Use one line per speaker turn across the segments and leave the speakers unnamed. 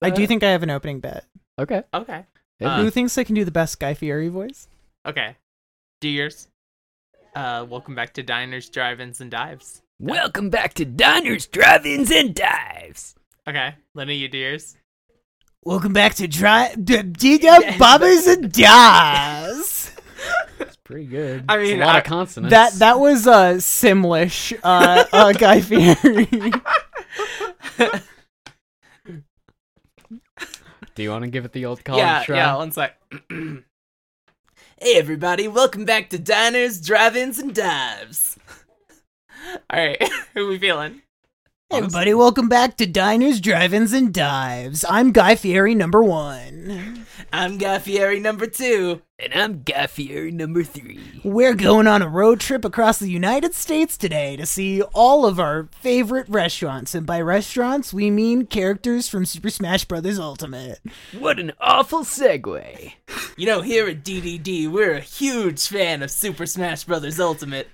I do think I have an opening bet.
Okay.
Okay.
Yeah.
Uh,
Who thinks they can do the best Guy Fieri voice?
Okay. Do yours. Uh, welcome back to Diners, Drive-Ins, and Dives.
Welcome back to Diners, Drive-Ins, and Dives.
Okay. Lenny, you do yours.
Welcome back to Dry D- Diga Bobbers and Dies.
That's pretty good.
I
It's
mean,
a lot
I-
of consonants.
that that was uh, Simlish uh, uh, Guy Fieri.
Do you want to give it the old college
yeah,
try?
yeah, one sec. hey, everybody. Welcome back to Diners, Drive-Ins, and Dives. All right. Who we feeling?
Hey everybody, welcome back to Diners, Drive-Ins, and Dives. I'm Guy Fieri number one.
I'm Guy Fieri number two.
And I'm Guy Fieri number three.
We're going on a road trip across the United States today to see all of our favorite restaurants, and by restaurants we mean characters from Super Smash Bros. Ultimate.
What an awful segue.
You know, here at DDD, we're a huge fan of Super Smash Bros. Ultimate.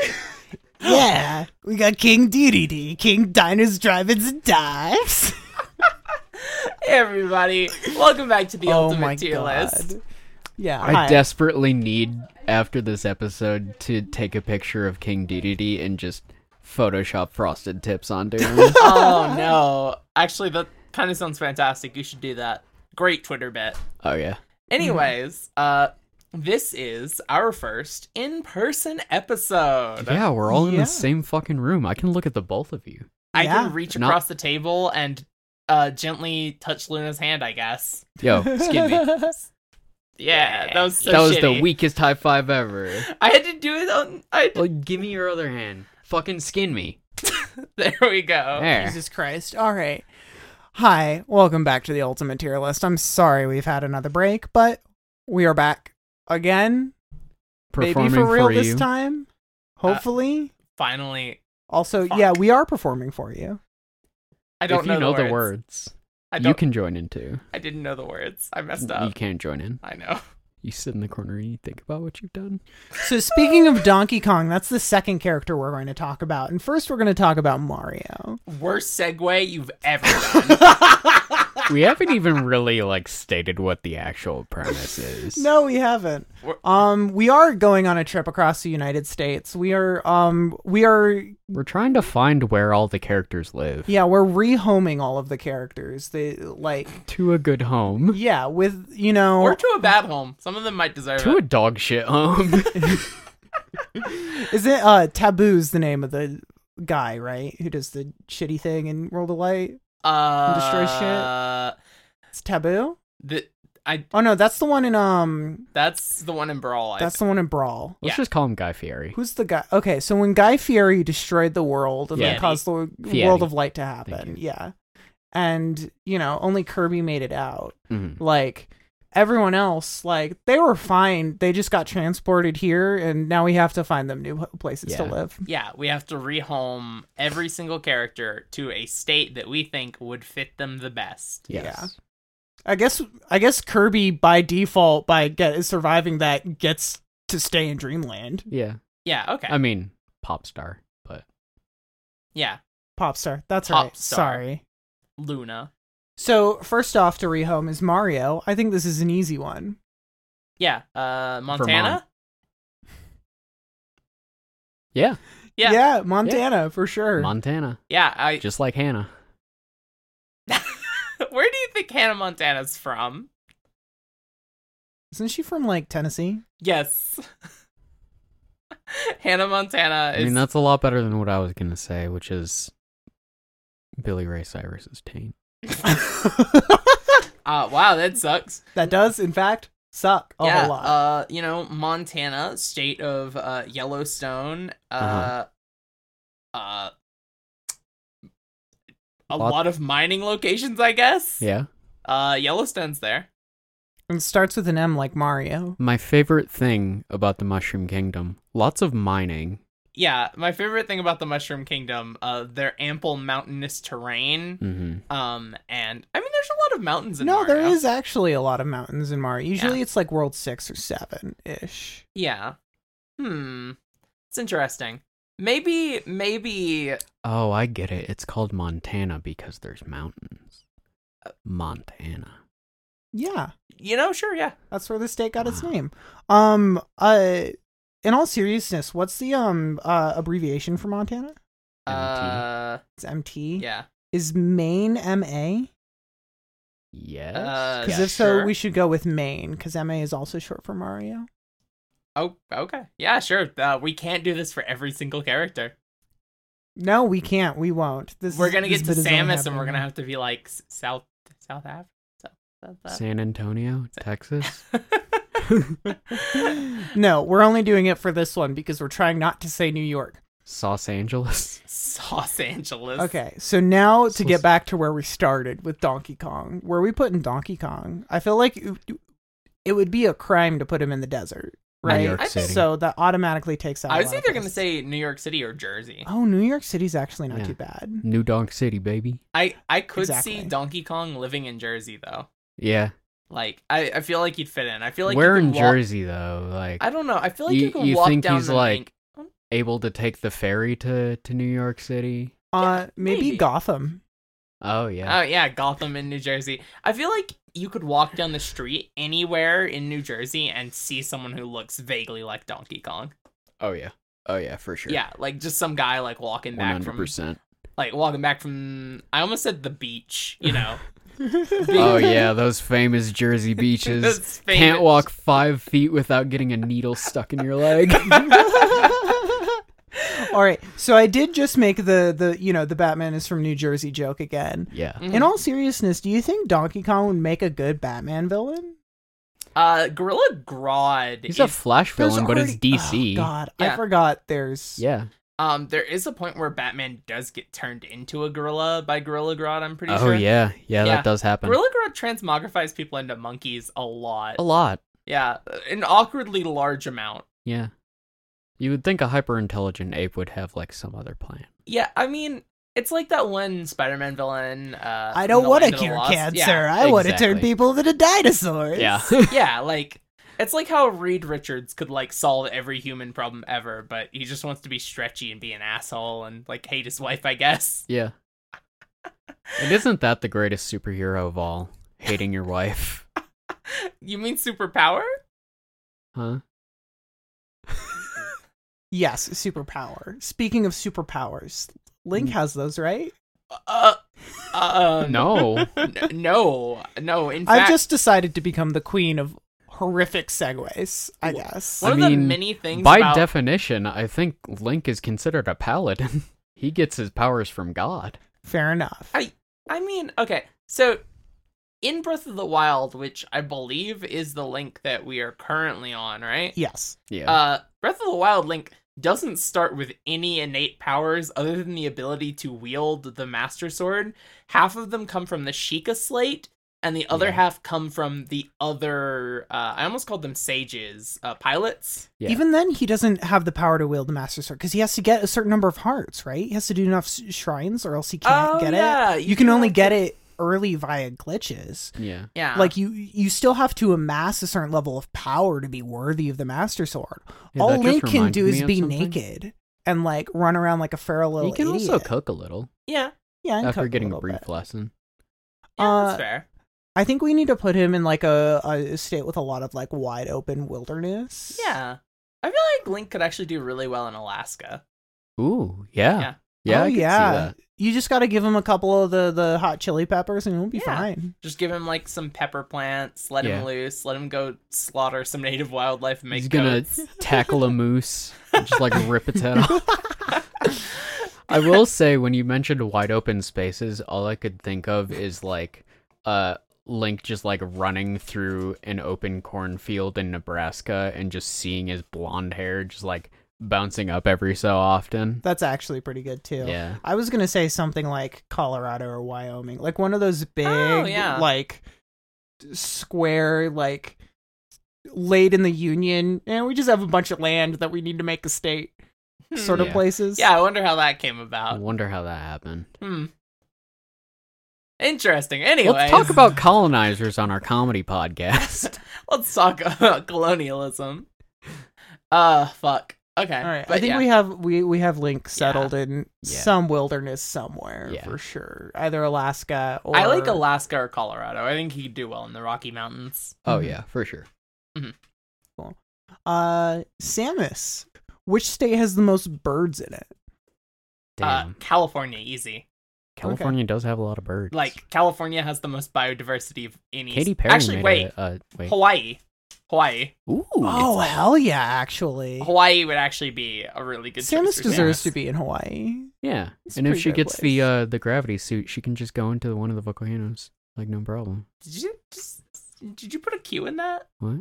Yeah, we got King DDD, King Diners, Drive-Ins, and Dives.
Hey, everybody. Welcome back to the
Oh
Ultimate Tier List.
Yeah,
I
hi.
desperately need, after this episode, to take a picture of King DDD and just Photoshop frosted tips onto him.
oh, no. Actually, that kind of sounds fantastic. You should do that. Great Twitter bet.
oh, yeah.
Anyways, uh, this is our first in person episode.
Yeah, we're all in
Yeah.
the same fucking room. I can look at the both of you.
I
Yeah.
can reach
Not-
across the table and uh, gently touch Luna's hand, I guess.
Yo, excuse me.
Yeah, that was so
that was the
shitty.
weakest high five ever.
I had to do it on. I had to-
Well, give me your other hand. Fucking skin me.
there we go.
There.
Jesus Christ. All right. Hi, welcome back to the Ultimate Tier List. I'm sorry we've had another break, but we are back again.
Performing
maybe for real this
you.
time. Hopefully.
Finally,
also,
Uh, fuck.
yeah, we are performing for you.
I don't
if you know, the
words.
words,
I
you
don't.
can join in too.
I didn't know the words. I messed
You
up.
can't join in.
I know.
You sit in the corner and you think about what you've done.
So speaking of Donkey Kong, that's the second character we're going to talk about. And first we're going to talk about Mario.
Worst segue you've ever done.
we haven't even really like stated what the actual premise is.
No, we haven't.
We're-
Um we are going on a trip across the United States. We are um we are
We're trying to find where all the characters live
yeah, we're rehoming all of the characters. They like
to a good home,
Yeah, with you know,
or to a bad home. Some of them might deserve
to a
it.
dog shit home.
is it uh Taboo's the name of the guy, right? Who does the shitty thing in World of Light?
Uh,
destroy
shit.
It's Taboo.
The, I.
Oh no, that's the one in um,
That's the one in Brawl. I
that's the one in Brawl.
Let's
Yeah.
just call him Guy Fieri.
Who's the guy? Okay, so when Guy Fieri destroyed the world and then
Fieri.
caused the
Fieri.
World of Light to
you.
happen, yeah, and you know, only Kirby made it out.
Mhm.
Like everyone else, like they were fine. They just got transported here, and now we have to find them new places to
Yeah.
live.
Yeah, we have to rehome every single character to a state that we think would fit them the best.
Yes.
I guess I guess Kirby by default by get surviving that gets to stay in Dreamland.
Yeah.
Yeah, okay.
I mean, pop star, but
yeah,
Popstar. That's
Popstar.
right. Sorry.
Luna.
So first off to rehome is Mario. I think this is an easy one.
Yeah, uh, Montana?
yeah,
Yeah.
Yeah, Montana for sure.
Montana,
Yeah, I.
just like Hannah.
Where do you think Hannah Montana's from?
Isn't she from like Tennessee?
Yes. Hannah Montana
I
is.
mean, that's a lot better than what I was gonna say, which is Billy Ray Cyrus's taint.
uh, wow, that sucks.
That does, in fact, suck a
yeah,
whole lot.
Uh, you know, Montana, state of uh, Yellowstone. Uh,
Uh-huh.
uh a
Lot-
lot of mining locations, I guess.
Yeah.
Uh, Yellowstone's there.
and it starts with an M like Mario.
My favorite thing about the Mushroom Kingdom: lots of mining.
Yeah, my favorite thing about the Mushroom Kingdom, uh, their ample mountainous terrain.
Mm-hmm.
Um, and I mean, there's a lot of mountains in
Mm. No,
Mario.
there is actually a lot of mountains in Mario. Usually it's like World 6 or 7 ish.
Yeah. Hmm. It's interesting. Maybe, maybe.
Oh, I get it. It's called Montana because there's mountains. Montana.
Yeah.
You know, sure, yeah.
That's where the state got its
Wow.
name. Um uh in all seriousness, what's the um uh abbreviation for Montana?
MT.
Uh,
It's MT.
yeah.
Is Maine MA?
Yes.
Uh,
Cuz
yeah,
if so,
sure.
we should go with Maine cuz MA is also short for Mario.
Oh, okay. Yeah, sure. Uh, we can't do this for every single character.
No, we can't. We won't. This
we're
is-
gonna
this
get to
bit is only
Samus, and we're
happening
gonna
now.
have to be like S- South South Africa. South, South
San Antonio, Texas.
Africa.
No, we're only doing it for this one because we're trying not to say New York.
Los Angeles.
Los Angeles.
Okay, so now
So
to get
s-
back to where we started with Donkey Kong, where we put in Donkey Kong, I feel like it, it would be a crime to put him in the desert,
New
right?
York
I think
City.
So that automatically takes out.
I
a
was
lot of
either gonna
us.
say New York City or Jersey.
oh, New York City's actually not
Yeah.
too bad.
New Donk City, baby.
I I could see
Exactly.
Donkey Kong living in Jersey though.
Yeah.
Like I, I feel like he'd fit in. I feel like
We're
you could
in
walk-
Jersey though, like
I don't know. I feel like
You-
you, can
you
walk
think
down
he's
the Oh.
like-
link.
able to take the ferry to to New York City.
Uh, maybe,
maybe.
Gotham.
Oh yeah.
Oh yeah, Gotham in New Jersey. I feel like you could walk down the street anywhere in New Jersey and see someone who looks vaguely like Donkey Kong.
oh yeah. Oh yeah, for sure.
Yeah, like just some guy like walking
One
back
hundred
from
percent.
like walking back from I almost said the beach, you know.
Oh yeah, those famous Jersey beaches.
That's
Can't
famous.
walk five feet without getting a needle stuck in your leg.
Mm-hmm.
All right, so I did just make the the you know the Batman is from New Jersey joke again.
yeah.
Mhm.
In all seriousness, do you think Donkey Kong would make a good Batman villain?
Uh, Gorilla Grodd.
He's
Is,
a flash
There's
villain, but it's
already- oh,
DC.
God,
Yeah.
I forgot. There's
yeah.
um, there is a point where Batman does get turned into a gorilla by Gorilla Grodd. I'm pretty
Oh
sure.
yeah. yeah.
Yeah.
that does happen.
Gorilla Grodd transmogrifies people into monkeys a lot.
A lot.
Yeah, an awkwardly large amount.
Yeah. You would think a hyper intelligent ape would have like some other plan.
Yeah, I mean, it's like that one Spider-Man villain. Uh,
I
from
don't
The
want to
Land of the
cure
Lost.
cancer.
Yeah,
I want to turn
exactly.
people into dinosaurs.
yeah, like it's like how Reed Richards could like solve every human problem ever, but he just wants to be stretchy and be an asshole and like hate his wife, I guess.
yeah. And isn't that the greatest superhero of all? Hating your wife.
You mean superpower?
Huh?
Yes, superpower. Speaking of superpowers,
Mm.
Link has those, right?
Uh, uh, um,
No.
n- no, no. In fact,
I've just decided to become the queen of horrific segues. I
Wha-
guess.
one
I
of the
mean,
many things
By
about-
definition, I think Link is considered a paladin. he gets his powers from God.
Fair enough.
I- I mean, okay, so in Breath of the Wild, which I believe is the link that we are currently on, right?
yes.
Yeah.
Uh, Breath of the Wild Link doesn't start with any innate powers other than the ability to wield the Master Sword. Half of them come from the Sheikah Slate, and the other
Yeah.
half come from the other. Uh, I almost called them sages, uh, pilots.
Yeah.
Even then, he doesn't have the power to wield the Master Sword because he has to get a certain number of hearts, right? He has to do enough s- shrines, or else he can't
Oh,
get
yeah,
it.
you
You, can
do
only
have to-
get it early via glitches.
yeah.
Yeah,
like you you still have to amass a certain level of power to be worthy of the master sword
Yeah,
all
that just
link can
reminds
do
me
is
of
be
something.
naked and like run around like a feral little
He can
idiot.
also cook a little
yeah,
yeah and cook
after
a
getting a
little
brief
bit.
lesson.
yeah
Uh,
that's fair.
i think we need to put him in like a, a state with a lot of like wide open wilderness
Yeah, I feel like Link could actually do really well in Alaska.
Ooh, yeah.
Yeah.
Yeah,
oh
I could
yeah
see that.
you just got to give him a couple of the the hot chili peppers and he'll be
Yeah.
fine
Just give him like some pepper plants, let
Yeah.
him loose, let him go slaughter some native wildlife and make
He's gonna
coats.
tackle a moose and just like rip its head off. I will say when you mentioned wide open spaces, all I could think of is like uh Link just like running through an open cornfield in Nebraska and just seeing his blonde hair just like bouncing up every so often.
that's actually pretty good too
Yeah.
I was gonna say something like Colorado or Wyoming, like one of those big,
Oh, yeah.
like square, like late in the union, and we just have a bunch of land that we need to make a state,
Hmm.
sort of
Yeah.
places.
Yeah, I wonder how that came
I
about.
wonder how that happened.
Hmm. Interesting. Anyway,
Let's talk about colonizers on our comedy podcast.
let's talk about colonialism. Uh, fuck. Okay.
All right.
but
I think
yeah.
we have we we have Link settled in
Yeah.
some wilderness somewhere
Yeah.
for sure, either Alaska or
I like Alaska or Colorado. I think he'd do well in the Rocky Mountains.
Oh
Mhm.
yeah, for sure.
uh Samus. Which state has the most birds in it?
Uh,
Damn.
California, easy.
California does have a lot of birds.
Like California has the most biodiversity of any.
Katy Perry
Actually,
made
wait,
a uh, wait.
Hawaii. Hawaii.
Ooh.
oh hell yeah! Actually,
Hawaii would actually be a really good. choice
Samus
for
deserves
Samus.
to be in Hawaii.
Yeah.
It's a
and if
pretty
she
good
gets the
place.
uh the gravity suit, she can just go into one of the volcanoes. Like no problem.
Did you just? Did you put a Q in that?
What?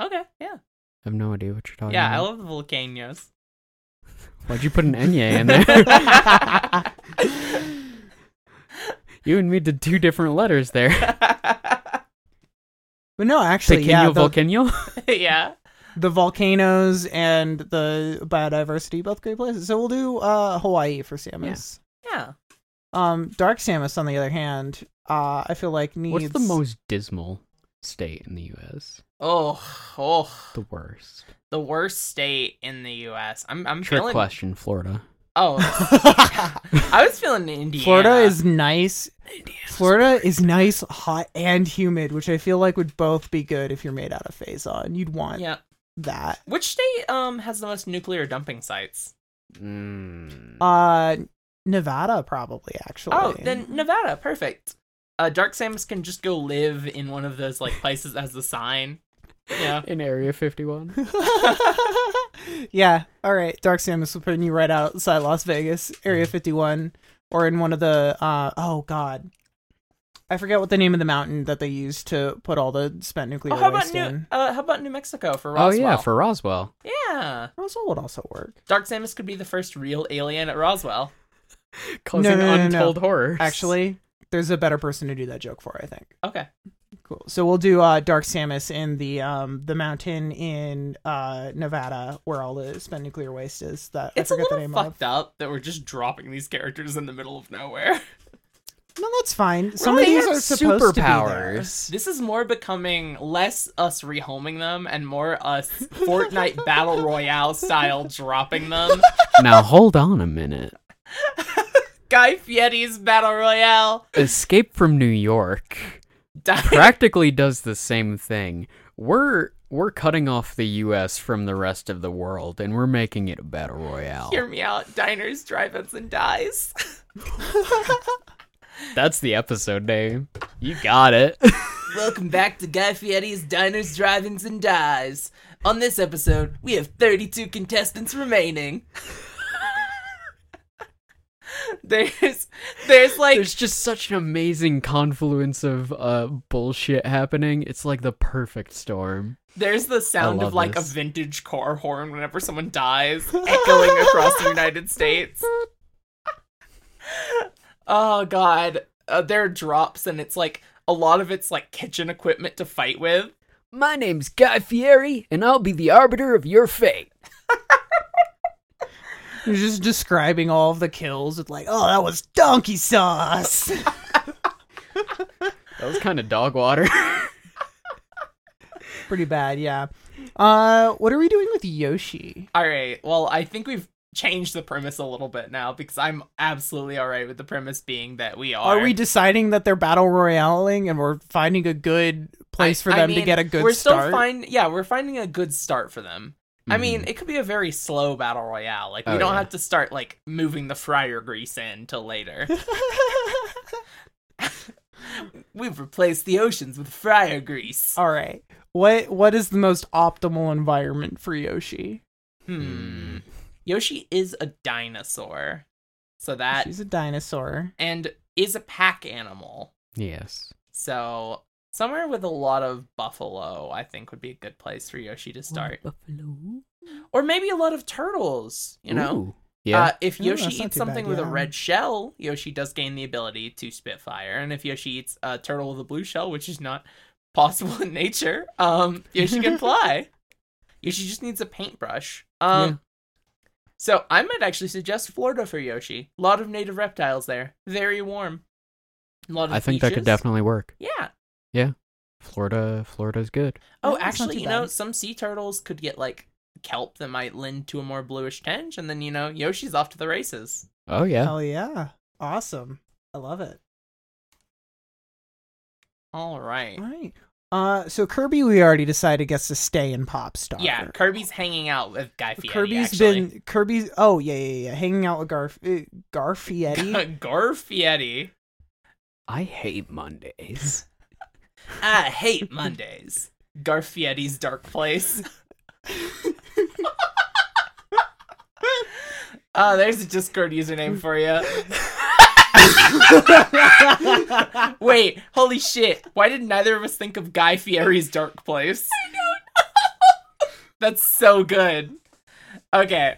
Okay. Yeah.
I have no idea what you're
Oh,
talking
yeah. I
about.
love the volcanoes.
Why'd you put an Enye in there? you and me did two different letters there.
But no, actually,
Pequeño
yeah, the,
volcano.
yeah.
the volcanoes and the biodiversity both great places. So we'll do uh Hawaii for Samus.
Yeah.
Um, Dark Samus, on the other hand, uh, I feel like needs
What's the most dismal state in the U.S.?
Oh, oh,
The worst.
the worst state in the U.S. I'm, I'm
Trick
feeling.
question, Florida.
Oh, I was feeling Indiana.
Florida is nice.
Indiana's
Florida is nice, hot, and humid, which I feel like would both be good if you're made out of phazon. You'd want
Yeah.
that.
Which state um has the most nuclear dumping sites?
Mm.
Uh, Nevada probably actually.
Oh, then Nevada. Perfect. Uh, Dark Samus can just go live in one of those like places that has the sign. Yeah.
In Area 51.
yeah. All right. Dark Samus will put you right outside Las Vegas, Area
Mm.
51, or in one of the. Uh, oh, God. I forget what the name of the mountain that they use to put all the spent nuclear
Oh, how about
waste
New?
in.
Uh, how about New Mexico for
Oh
Roswell?
yeah, for Roswell.
yeah.
Roswell would also work.
Dark Samus could be the first real alien at Roswell.
Causing
no, no, no.
untold horrors.
Actually, there's a better person to do that joke for, I think.
Okay.
Cool. So we'll do uh, Dark Samus in the um, the mountain in uh, Nevada where all the spent nuclear waste is. That
It's
I
a
forget
little
the name of.
fucked up that we're just dropping these characters in the middle of nowhere.
No, that's fine. Some
They
of these
have
are supposed to be there.
superpowers.
This is more becoming less us rehoming them and more us Fortnite battle royale style dropping them.
now hold on a minute.
Guy Fieri's battle royale.
Escape from New York
Di-
practically does the same thing. We're we're cutting off the US from the rest of the world and we're making it a battle royale.
Hear me out. Diners, drive-ins, and dies.
That's the episode name. You got it.
Welcome back to Guy Fieri's Diners, Drive-ins, and Dies. On this episode, we have 32 contestants remaining. there's, there's like
There's just such an amazing confluence of uh bullshit happening. It's like the perfect storm.
There's the sound
love
of like
this.
a vintage car horn whenever someone dies, echoing across the United States. oh god, uh, there are drops, and it's like a lot of it's like kitchen equipment to fight with.
My name's Guy Fieri, and I'll be the arbiter of your fate.
You're just describing all of the kills with like, oh, that was donkey sauce.
That was kind of dog water.
Pretty bad, yeah. Uh, what are we doing with Yoshi?
All right, well, I think we've changed the premise a little bit now because I'm absolutely all right with the premise being that we are.
Are we deciding that they're battle royaling and we're finding a good place for
I
them to
mean,
get a good
We're
start? Mm-hmm.
still fine. Yeah, we're finding a good start for them. I mean, it could be a very slow battle royale. Like we
Oh,
don't
yeah.
have to start like moving the fryer grease in till later. We've replaced the oceans with fryer grease.
all right. What what is the most optimal environment for Yoshi?
Hmm. Yoshi is a dinosaur, so that
She's a dinosaur.
and is a pack animal.
Mm-hmm. yes.
So somewhere with a lot of buffalo, I think would be a good place for Yoshi to start, or maybe a lot of turtles. You know.
Ooh. Yeah.
Uh, if
Ooh,
Yoshi
that's not
eats
too bad,
something with a
yeah.
red shell, Yoshi does gain the ability to spit fire. And if Yoshi eats a turtle with a blue shell, which is not possible in nature, um, Yoshi can fly. Yoshi just needs a paintbrush. Um,
Yeah.
So I might actually suggest Florida for Yoshi. A lot of native reptiles there. Very warm. A lot of
I think that could
beaches.
definitely work.
Yeah.
Florida, Florida's good.
Yeah,
Oh,
that's not
actually,
too
you know,
bad.
some sea turtles could get like kelp that might lend to a more bluish tinge, and then you know Yoshi's off to the races.
Oh yeah.
Hell yeah. Awesome. I love it.
All right.
All right. Uh, so Kirby, we already decided gets to stay in Pop Star.
Yeah, Kirby's hanging out with Guy Fieri.
Kirby's
actually.
been Kirby's. Oh yeah, yeah, yeah. Hanging out with Garf uh, Garfietti.
Garfietti.
I hate Mondays.
I hate Mondays. Garfietti's dark place. Ah, there's a Discord username for you. Wait, holy shit! Why did neither of us think of Guy Fieri's dark place? I don't know. That's so good. Okay,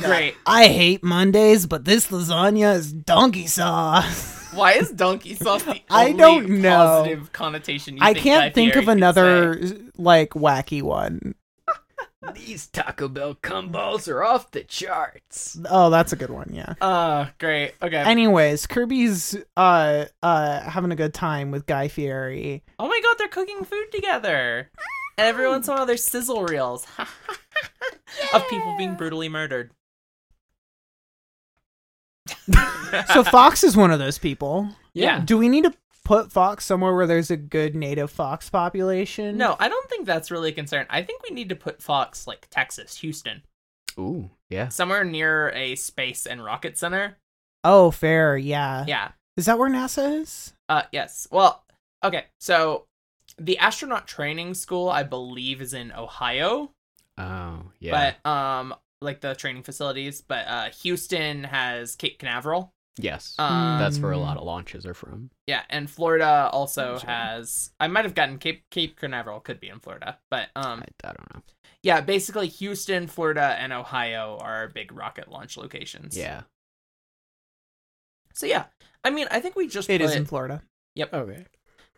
great.
I hate Mondays, but this lasagna is donkey sauce.
Why is donkey sauce the
I
only
don't know.
positive connotation? You
I
think Guy
can't think
Fieri
of
could
another
say?
like wacky one.
These Taco Bell combos are off the charts.
Oh, that's a good one. Yeah.
Oh, great. Okay.
Anyways, Kirby's uh uh having a good time with Guy Fieri.
oh my god, they're cooking food together. And every once in a while, there's sizzle reels of people being brutally murdered.
So Fox is one of those people.
Yeah.
Do we need to put Fox somewhere where there's a good native fox population?
No, I don't think that's really a concern. I think we need to put Fox like Texas, Houston,
Ooh, yeah.
somewhere near a space and rocket center.
Oh, fair. Yeah.
Yeah.
Is that where NASA is?
Uh yes. Well, okay. So the astronaut training school, I believe, is in Ohio.
Oh, yeah.
But um like the training facilities, but uh Houston has Cape Canaveral.
yes.
Um
Hmm. That's where a lot of launches are from.
Yeah, and Florida also
Sure.
has. I might have gotten Cape Cape Canaveral could be in Florida, but um,
I, I don't know.
yeah, basically Houston, Florida, and Ohio are our big rocket launch locations.
Yeah.
So yeah, I mean, I think we just
It
put,
is in Florida.
Okay.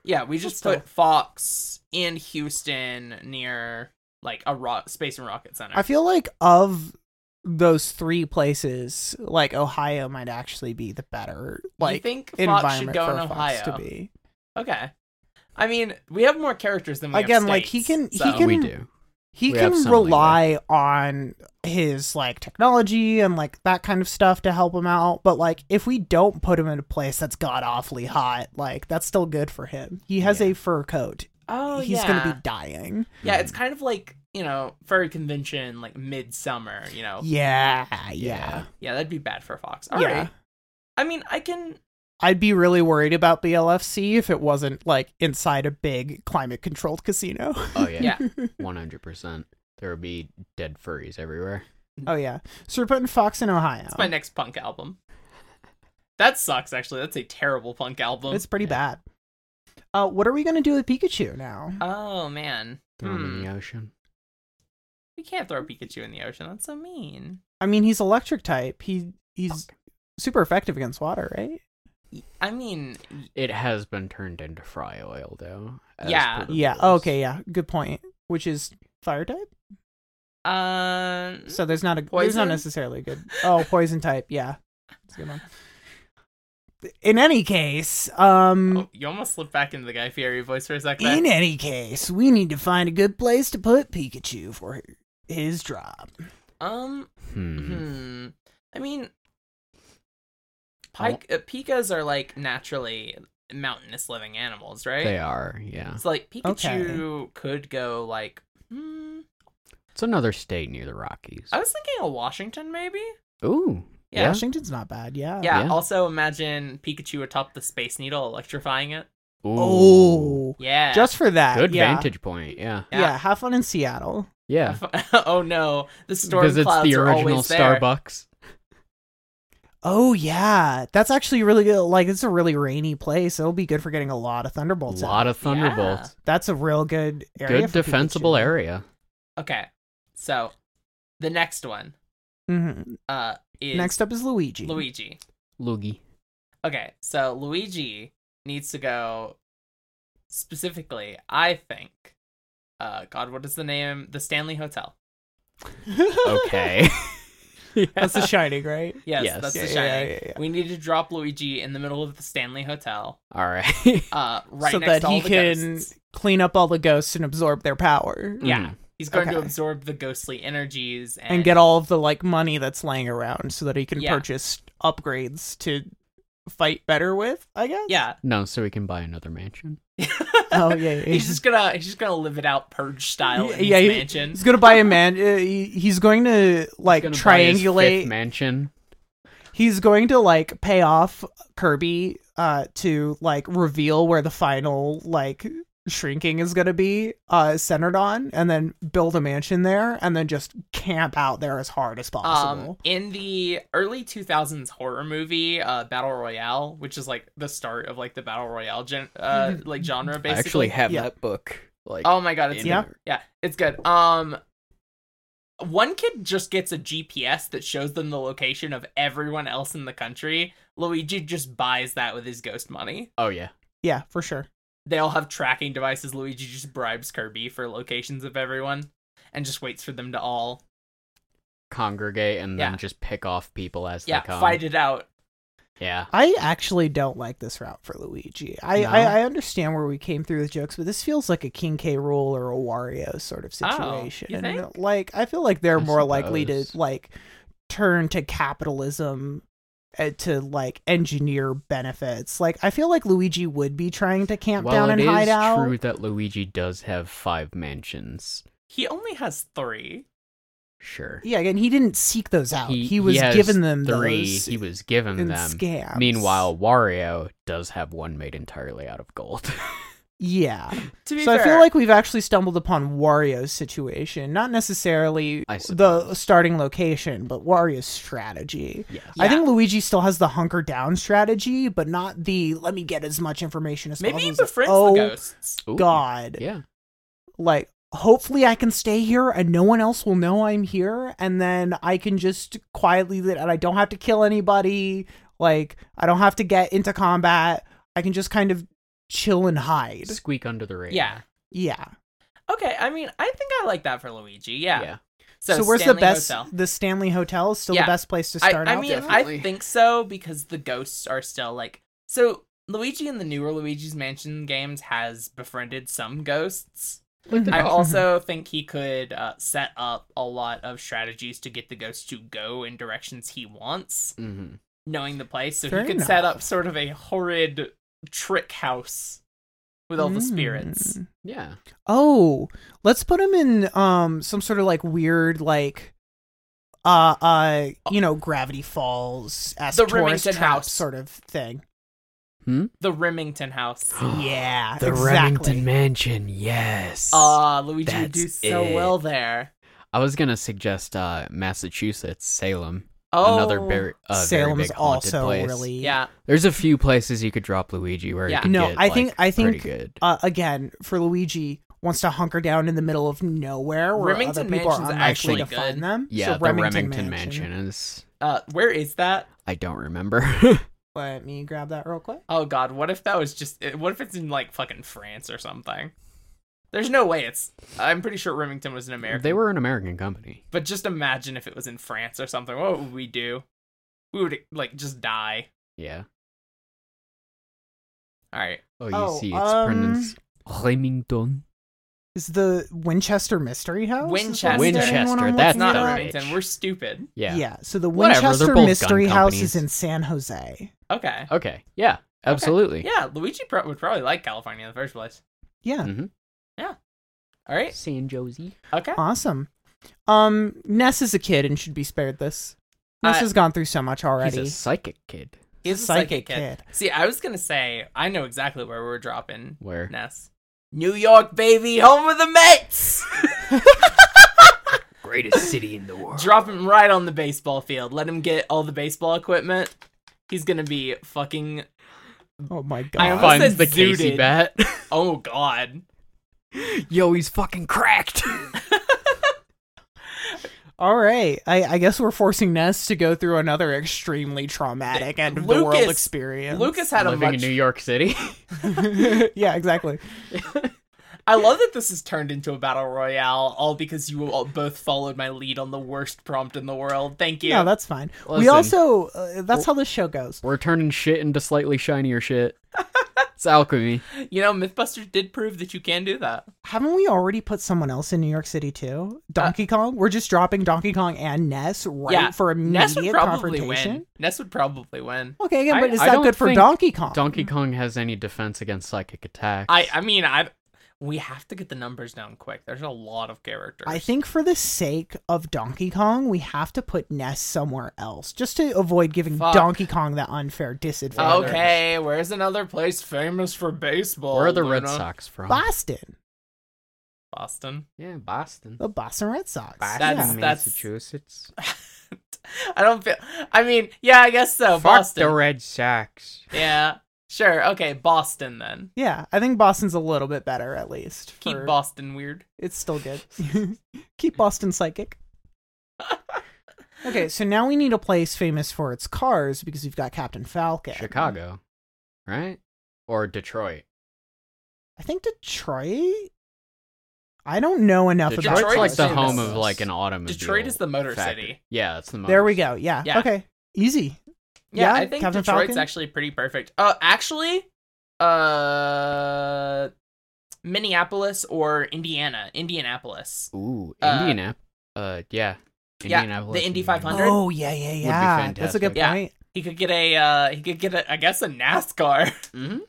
yeah we just
But
put Fox in Houston near like a ro- space and rocket center.
I feel like of those three places, like Ohio might actually be the better
you
like
think Fox should
environment
go
for
in Ohio?
Fox to be.
Okay, I mean, we have more characters than we have
Again, like, he
states,
can- he
so-
can-
Uh, We do.
He
We have
can
something
rely on his like technology and like that kind of stuff to help him out, but like if we don't put him in a place that's god awfully hot, like that's still good for him. He has
Yeah.
a fur coat.
Oh
He's
yeah.
gonna be dying.
Yeah, it's kind of like, you know, furry convention, like midsummer, you know.
Yeah, yeah.
Yeah.
Oh. Yeah, that'd be bad for Fox. All right.
Yeah.
I mean, I can.
I'd be really worried about BLFC if it wasn't like inside a big climate controlled casino.
Oh yeah.
Yeah.
One hundred percent. There would be dead furries everywhere.
oh yeah. So we're putting Fox in Ohio.
It's my next punk album. That sucks, actually. That's a terrible punk album.
It's pretty bad. Uh, what are we gonna do with Pikachu now?
Oh, man.
Throw 'em in
Hmm.
the ocean.
We can't
Mm.
throw Pikachu in the ocean. That's so mean.
I mean, he's electric type. He he's super effective against water, right?
I mean,
It has been turned into fry oil though. as
Yeah.
per the
Yeah. Oh,
rules.
Okay. Yeah. Good point. Which is fire type.
um.
So there's not a there's
Poison?
not necessarily a good. Oh, poison type. Yeah. That's a good one. In any case, um,
mm.
Oh, you almost slipped back into the Guy Fieri voice for a second.
In any case, we need to find a good place to put Pikachu for his drop.
Um.
Hmm.
Hmm. I mean,
I
pike, uh, pikas are like naturally mountainous living animals, right?
They are, yeah.
So like Pikachu could go like. Hmm,
It's another state near the Rockies.
I was thinking of Washington, maybe.
Ooh.
Oh. Yeah.
Washington's not bad, yeah.
Yeah.
Oh, yeah.
Also, imagine Pikachu atop the Space Needle, electrifying it.
Ooh.
Oh,
Yeah.
just for that.
Good
yeah.
vantage point. Yeah.
Yeah. have fun in Seattle.
Yeah.
oh no, the storm
Because it's
clouds
the
are
original
always there.
Starbucks.
Oh yeah, that's actually really good. Like it's a really rainy place. It'll be good for getting a lot of
A
thunderbolts.
lot
out.
of thunderbolts.
that's a real good area.
Good defensible area.
Okay, so the next one
hmm
uh is
Next up is Luigi.
Luigi.
Loogie.
Okay, so Luigi needs to go specifically, I think. Uh, God, what is the name? The Stanley Hotel.
Okay. yeah.
that's The Shining, right?
Yes,
Yes.
that's
Yeah,
the
yeah,
shiny.
yeah, yeah, yeah.
We need to drop Luigi in the middle of the Stanley Hotel,
All right.
uh, right
so
next
that
to all
he
the
can
ghosts.
clean up all the ghosts and absorb their power.
Yeah.
Mm.
He's going to
Okay.
absorb the ghostly energies and,
and get all of the like money that's laying around so that he can
Yeah.
purchase upgrades to fight better with. I guess.
Yeah,
No, so we can buy another mansion.
Oh yeah. yeah, yeah.
he's just gonna he's just gonna live it out purge style in
Yeah,
his
he-
mansion.
He's gonna buy a man. Uh, he- he's going to like
Gonna buy his fifth
triangulate.
mansion.
he's going to like pay off Kirby uh to like reveal where the final like shrinking is going to be uh centered on and then build a mansion there and then just camp out there as hard as
Um,
possible.
in the early 2000s horror movie uh, Battle Royale, which is like the start of like the Battle Royale gen- uh, like genre,
I
basically.
actually have
Yeah.
that book. Like,
oh my god, it's
in
Yeah.
there.
yeah, it's good. Um, one kid just gets a GPS that shows them the location of everyone else in the country. Luigi just buys that with his ghost money.
Oh yeah.
yeah, for sure.
They all have tracking devices. Luigi just bribes Kirby for locations of everyone, and just waits for them to all
Congregate and then
Yeah.
just pick off people as
yeah
they come.
fight it out.
Yeah.
I actually don't like this route for Luigi. I,
No?
I I understand where we came through with jokes, but this feels like a King K. Rule or a Wario sort of
Oh, you
situation.
think?
Like I feel like they're
I
more likely to
suppose.
like turn to capitalism uh, to like engineer benefits. Like I feel like Luigi would be trying to camp
well,
down
it
and
is
hide out.
true that Luigi does have five mansions.
He only has three.
Sure.
Yeah, and he didn't seek those out. He, was
has
given them
three.
those
He was given
in
them.
scams.
Meanwhile, Wario does have one made entirely out of gold.
yeah.
To be
so
fair,
I feel like we've actually stumbled upon Wario's situation, not necessarily
I
the
suppose.
starting location, but Wario's strategy.
yeah.
I
Yeah.
think Luigi still has the hunker down strategy, but not the let me get as much information as
maybe
possible.
he
It's like,
befriends
oh,
the ghosts.
Ooh,
God,
Yeah.
like hopefully I can stay here and no one else will know I'm here, and then I can just quietly and I don't have to kill anybody. Like I don't have to get into combat. I can just kind of chill and hide.
Squeak under the radar.
Yeah.
Yeah.
Okay, I mean, I think I like that for Luigi. Yeah.
So, where's
Stanley
the best?
Hotel.
The Stanley Hotel is still
Yeah.
the best place to
I,
start
I
out.
mean, I
Definitely.
think so because the ghosts are still like so. Luigi in the newer Luigi's Mansion games has befriended some ghosts. I also think he could uh, set up a lot of strategies to get the ghosts to go in directions he wants,
hmm
knowing the place. So
Fair
he could set
enough.
up sort of a horrid trick house with all the spirits.
Mm.
Yeah.
Hmm. Oh, let's put him in um some sort of like weird like uh uh you know Gravity Falls as
The
tourist
Remington
trap
House.
sort of thing.
The Remington house.
yeah, exactly.
Mansion. Yes.
Ah, Luigi would do
That's
so
it.
well there.
I was gonna suggest uh, Massachusetts, Salem.
Oh,
Another very, uh, very
Salem's
big haunted
also
place.
really
yeah.
There's a few places you could drop Luigi where
Yeah.
you can
No,
get,
I think-
like,
I think-
pretty good.
uh, again for Luigi wants to hunker down in the middle of nowhere where
Remington
other people are
Mansion's
unlikely
actually
to
good.
find them.
Yeah,
so
the Remington, Mansion. is.
Uh, where is that?
I don't remember.
Let me grab that real quick.
Oh God, what if that was just? eh, What if it's in like fucking France or something? There's no way it's. I'm pretty sure Remington was an American.
they were an American company.
but just imagine if it was in France or something. What would we do? We would like just die.
Yeah.
All right.
Oh, you
Oh,
see, it's
um,
pronounced Remington.
Is the Winchester Mystery House? Is that the
Winchester.
name when I'm
Winchester,
looking
that's
Not
it
the
up?
right-
Remington.
bitch.
We're stupid.
Yeah.
Yeah.
So the
Whatever, they're
Winchester
both gun
Mystery House is
companies.
in San Jose.
Okay.
Okay. Yeah. Absolutely.
Yeah, Luigi pro- would probably like California in the first place.
Yeah.
Mhm.
All right.
San Jose.
Okay.
Awesome. Um, Ness is a kid and should be spared this. Ness
Uh,
has gone through so much already.
He's a psychic kid.
He's a
psychic
psychic kid. See, I was gonna say I know exactly where we're dropping
Where?
Ness. New York, baby, home of the Mets.
Greatest city in the world.
Drop him right on the baseball field. Let him get all the baseball equipment. He's gonna be fucking.
Oh my
I
god.
almost find-
Finds
said
the Casey
zooted.
bat.
Oh God.
Yo, he's fucking cracked.
All right. I, I guess we're forcing Ness to go through another extremely traumatic end of the world
Lucas-
experience.
Lucas had a
Living
much.
in New York City.
yeah, exactly.
I love that this has turned into a battle royale, all because you all both followed my lead on the worst prompt in the world. Thank you.
Yeah, that's fine. we
Listen.
also uh, that's how this show goes.
We're turning shit into slightly shinier shit. It's alchemy.
You know, Mythbusters did prove that you can do that.
Haven't we already put someone else in New York City too? Donkey Kong. We're just dropping Donkey Kong and Ness right
Uh, Yeah,
for
Ness
immediate
would probably
confrontation.
win. Ness would probably win.
Okay, again,
I-
but is
I
that
don't
good for
think
Donkey Kong?
Donkey Kong has any defense against psychic attacks.
I I mean I we have to get the numbers down quick. There's a lot of characters.
I think for the sake of Donkey Kong, we have to put Ness somewhere else just to avoid giving
Fuck.
Donkey Kong that unfair disadvantage.
Okay, where's another place famous for baseball?
Where are the
Luna?
Red Sox from?
Boston,
Boston.
yeah, Boston.
the Boston Red Sox.
Boston,
yeah.
That's- that's-
Massachusetts.
I don't feel. I mean, yeah, I guess so.
Fuck
Boston.
the Red Sox.
yeah, sure. Okay, Boston then.
Yeah, I think Boston's a little bit better at least.
Keep
for-
Boston weird.
It's still good. Keep Boston psychic. Okay, so now we need a place famous for its cars because we've got Captain Falcon.
Chicago, right? Or Detroit.
I think Detroit. I don't know enough
Detroit's
about.
Detroit's
like the
famous.
home of like an automobile.
Detroit is the motor
factory.
city.
Yeah, it's the motor.
There we go. Yeah.
Yeah.
Okay. Easy. Yeah,
Yeah, I think
Captain
Detroit's
Falcon?
actually pretty perfect. Uh, actually, uh, Minneapolis or Indiana, Indianapolis.
Ooh,
Uh,
Indianap. Uh, yeah.
yeah,
Indianapolis,
the Indy
Indiana.
500.
Oh yeah, yeah, yeah. That's a good
fantastic.
Yeah.
point.
He could get a, uh, he could get a, I guess, a NASCAR.
Oh.
Mhm.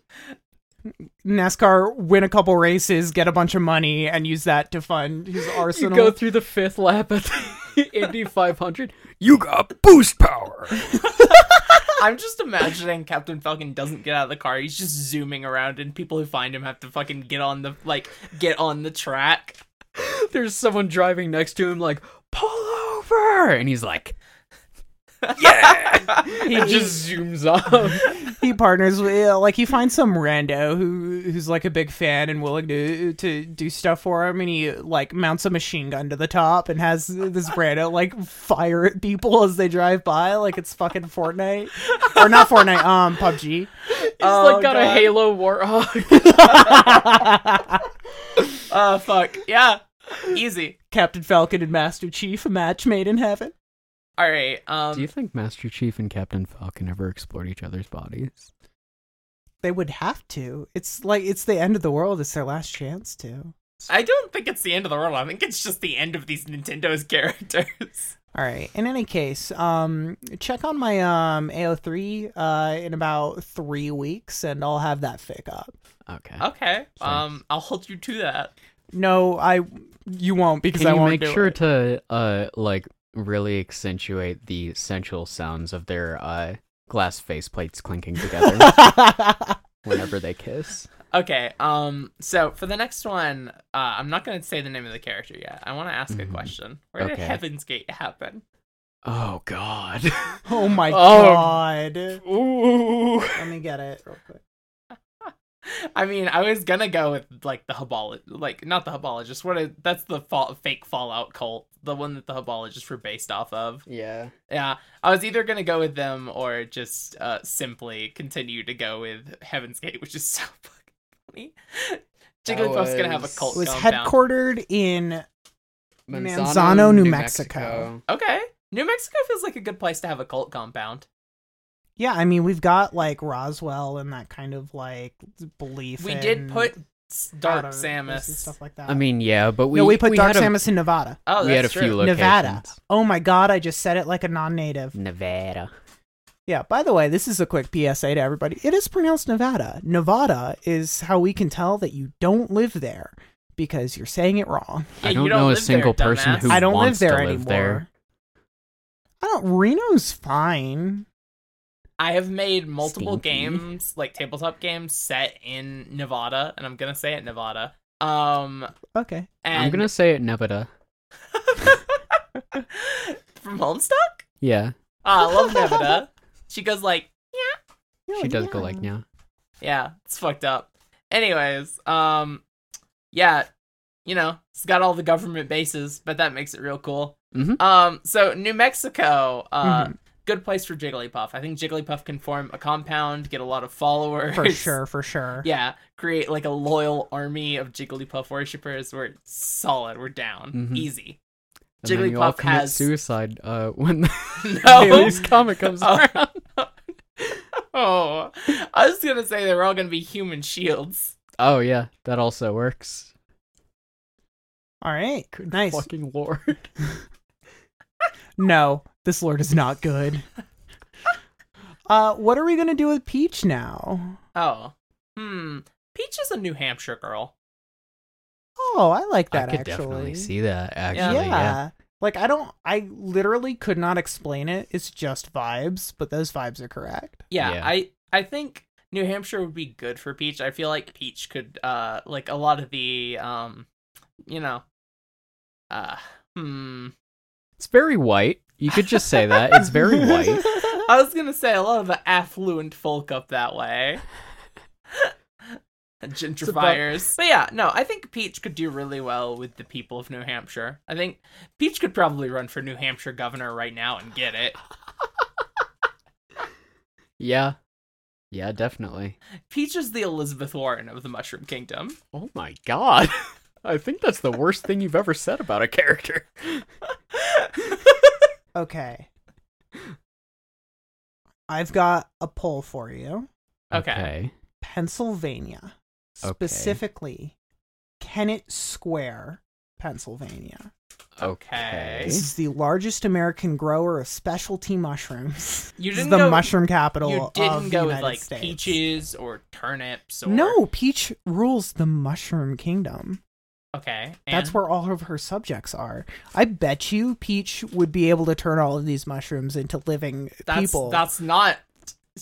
NASCAR win a couple races, get a bunch of money, and use that to fund his
You
arsenal.
go through the fifth lap at the Indy 500. You got boost power.
I'm just imagining Captain Falcon doesn't get out of the car. He's just zooming around, and people who find him have to fucking get on the like get on the track.
There's someone driving next to him, like pull over, and he's like,
Yeah.
he just zooms up.
he partners with uh, like he finds some rando who who's like a big fan and willing to to do stuff for him and he like mounts a machine gun to the top and has this rando like fire at people as they drive by like it's fucking Fortnite or not Fortnite um PUBG
He's
Oh,
like got a
God.
Halo Warhog.
oh fuck. Yeah. Easy.
Captain Falcon and Master Chief a match made in heaven
All right. Um.
Do you think Master Chief and Captain Falcon ever explored each other's bodies?
they would have to it's like it's the end of the world it's their last chance to
I don't think it's the end of the world. I think it's just the end of these Nintendo's characters.
All right. In any case, um, check on my um AO3 uh in about three weeks, and I'll have that fic up.
Okay.
Okay. Um. I'll hold you to that.
No, I you won't because
Can
I
you
won't
make
do
sure
it.
to uh like really accentuate the sensual sounds of their uh glass faceplates clinking together whenever they kiss?
Okay. Um. So for the next one, uh, I'm not gonna say the name of the character yet. I want to ask a
Mhm.
question. Where did
Okay.
Heaven's Gate happen?
Oh God.
oh my
Oh.
god!
Ooh.
Let me get it real quick.
I mean, I was gonna go with like the hobolo, like not the hobologist. What is that's the fall- fake Fallout cult, the one that the hobologists were based off of.
Yeah.
Yeah, I was either gonna go with them or just uh, simply continue to go with Heaven's Gate, which is so fucking funny.
That
Jigglypuff's gonna have a
was-
cult.
It was
going down.
headquartered in Manzano, New Mexico.
Okay, New Mexico feels like a good place to have a cult compound.
yeah. I mean, we've got like Roswell and that kind of like belief.
We did
in
put s-
out
Dark
of places and
Samus.
stuff like that.
I mean, yeah, but we
no, we put Dark
had a-
Samus in Nevada.
Oh, that's
we had a
true.
few locations.
Nevada. Oh my god! I just said it like a non-native.
Nevada.
Yeah, by the way, this is a quick PSA to everybody. It is pronounced Nevada. Nevada is how we can tell that you don't live there because you're saying it wrong.
Yeah,
I
you
don't
don't
know a
live there,
single person
dumbass.
who
I don't live
wants
there
to
anymore.
live there.
I don't Reno's fine.
I have made multiple
Stinky.
games, like tabletop games, set in Nevada, and I'm gonna say it Nevada. Um,
Okay.
and
I'm gonna say it Nevada.
from Homestuck.
Yeah,
Ah, I love Nevada. she goes like,
Yeah,
she does go
yeah.
like yeah.
yeah, it's fucked up. Anyways, um, yeah, you know, it's got all the government bases, but that makes it real cool.
Mhm.
Um, so New Mexico, uh,
Mm-hmm.
Mhm.
good place for Jigglypuff. I think Jigglypuff can form a compound, get a lot of followers.
For sure, for sure.
Yeah, create like a loyal army of Jigglypuff worshippers. We're solid. We're down.
Mhm.
Easy.
And then you all
Jigglypuff
commit
has- Oh.
suicide uh, when the
No.
Haley's comet comes
Oh.
around.
Oh, I was gonna say they were all gonna be human shields.
Oh yeah, that also works.
All right. Nice.
Fucking lord.
No, this lord is not good. Uh, what are we gonna do with Peach now?
Oh, hmm. Peach is a New Hampshire girl.
Oh, I like that
I could
actually.
definitely see that
yeah.
actually. Yeah.
Like I don't I literally could not explain it. It's just vibes, but those vibes are correct.
Yeah,
Yeah.
I I think New Hampshire would be good for Peach. I feel like Peach could uh like a lot of the um, you know, uh hmm.
It's very white. You could just say that. It's very white.
I was gonna say a lot of the affluent folk up that way. Gentrifiers. But yeah, no, I think Peach could do really well with the people of New Hampshire. I think Peach could probably run for New Hampshire governor right now and get it.
Yeah. Yeah, definitely.
Peach is the Elizabeth Warren of the Mushroom Kingdom.
Oh my god. I think that's the worst thing you've ever said about a character.
Okay. I've got a poll for you.
Okay.
Pennsylvania.
Okay.
Specifically, Kennett Square, Pennsylvania.
Okay.
This is the largest American grower of specialty mushrooms.
You
This is
didn't
the
go-
mushroom capital
You
of
didn't
the
go with
United
like
States.
peaches or turnips or
No, peach rules the mushroom kingdom.
Okay.
That's
and-
where all of her subjects are. I bet you Peach would be able to turn all of these mushrooms into living
that's,
people.
That's not.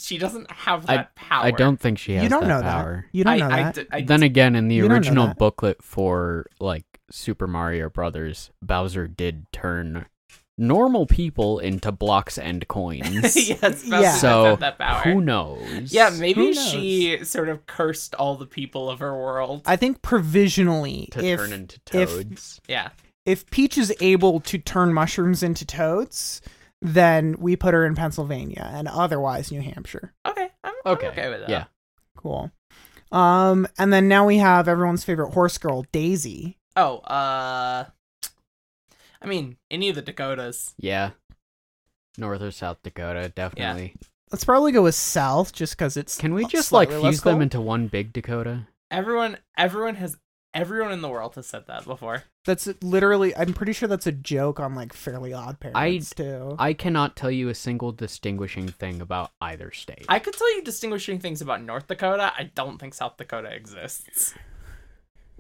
She doesn't have
I-
that power.
I don't think she has
you don't
that
know
power.
that. You don't
I,
know
I
that.
d- I
then again, in the
You don't know
original
that.
booklet for like Super Mario Brothers, Bowser did turn normal people into blocks and coins.
yes,
Yeah.
yeah.
So
So that power.
who knows?
yeah, maybe
Who
she sort of cursed all the people of her world.
I think provisionally,
to
if
turn into
if-
toads.
yeah.
if Peach is able to turn mushrooms into toads, then we put her in Pennsylvania and otherwise New Hampshire.
Okay. I'm I'm
Okay.
okay. with that.
Yeah.
Cool. Um, and then now we have everyone's favorite horse girl, Daisy.
Oh. Uh. I mean, any of the Dakotas.
Yeah. North or South Dakota, definitely.
Let's probably go with South just because it's.
Can we just like
slightly less
fuse them
cool?
into one big Dakota?
Everyone. Everyone has. Everyone in the world has said that before.
That's literally. I'm pretty sure that's a joke on like Fairly Odd Parents too.
I cannot tell you a single distinguishing thing about either state.
I could tell you distinguishing things about North Dakota. I don't think South Dakota exists.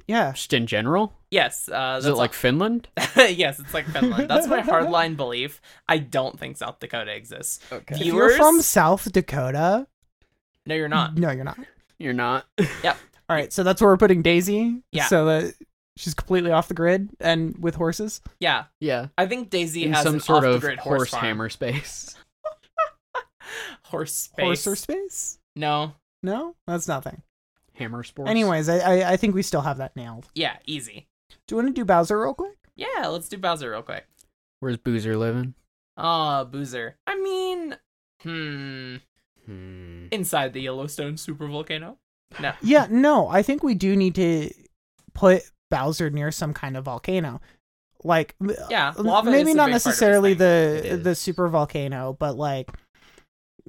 yeah.
Just in general?
Yes. Uh,
Is
that's
it like Finland?
yes, it's like Finland. That's my hardline belief. I don't think South Dakota exists.
Okay.
If you're
Viewers,
from South Dakota.
no, you're not.
No, you're not.
You're not.
All right, so that's where we're putting Daisy.
Yeah.
So that she's completely off the grid and with horses.
Yeah,
Yeah.
I think Daisy
in
has
some
an
sort of
off-the-grid
horse,
horse, farm.
hammer space.
horse space.
Horse or space?
no,
No, that's nothing.
Hammer sports.
Anyways, I, I I think we still have that nailed.
yeah, easy.
Do you want to do Bowser real quick?
Yeah, let's do Bowser real quick.
Where's Boozer living?
Ah, Boozer. I mean, hmm,
Hmm.
inside the Yellowstone supervolcano. No,
Yeah, no, I think we do need to put Bowser near some kind of volcano. Like m-
yeah,
m-
lava
Uh, maybe
is a
not
big part of his
necessarily
thing.
the
It
the
is.
super volcano, but like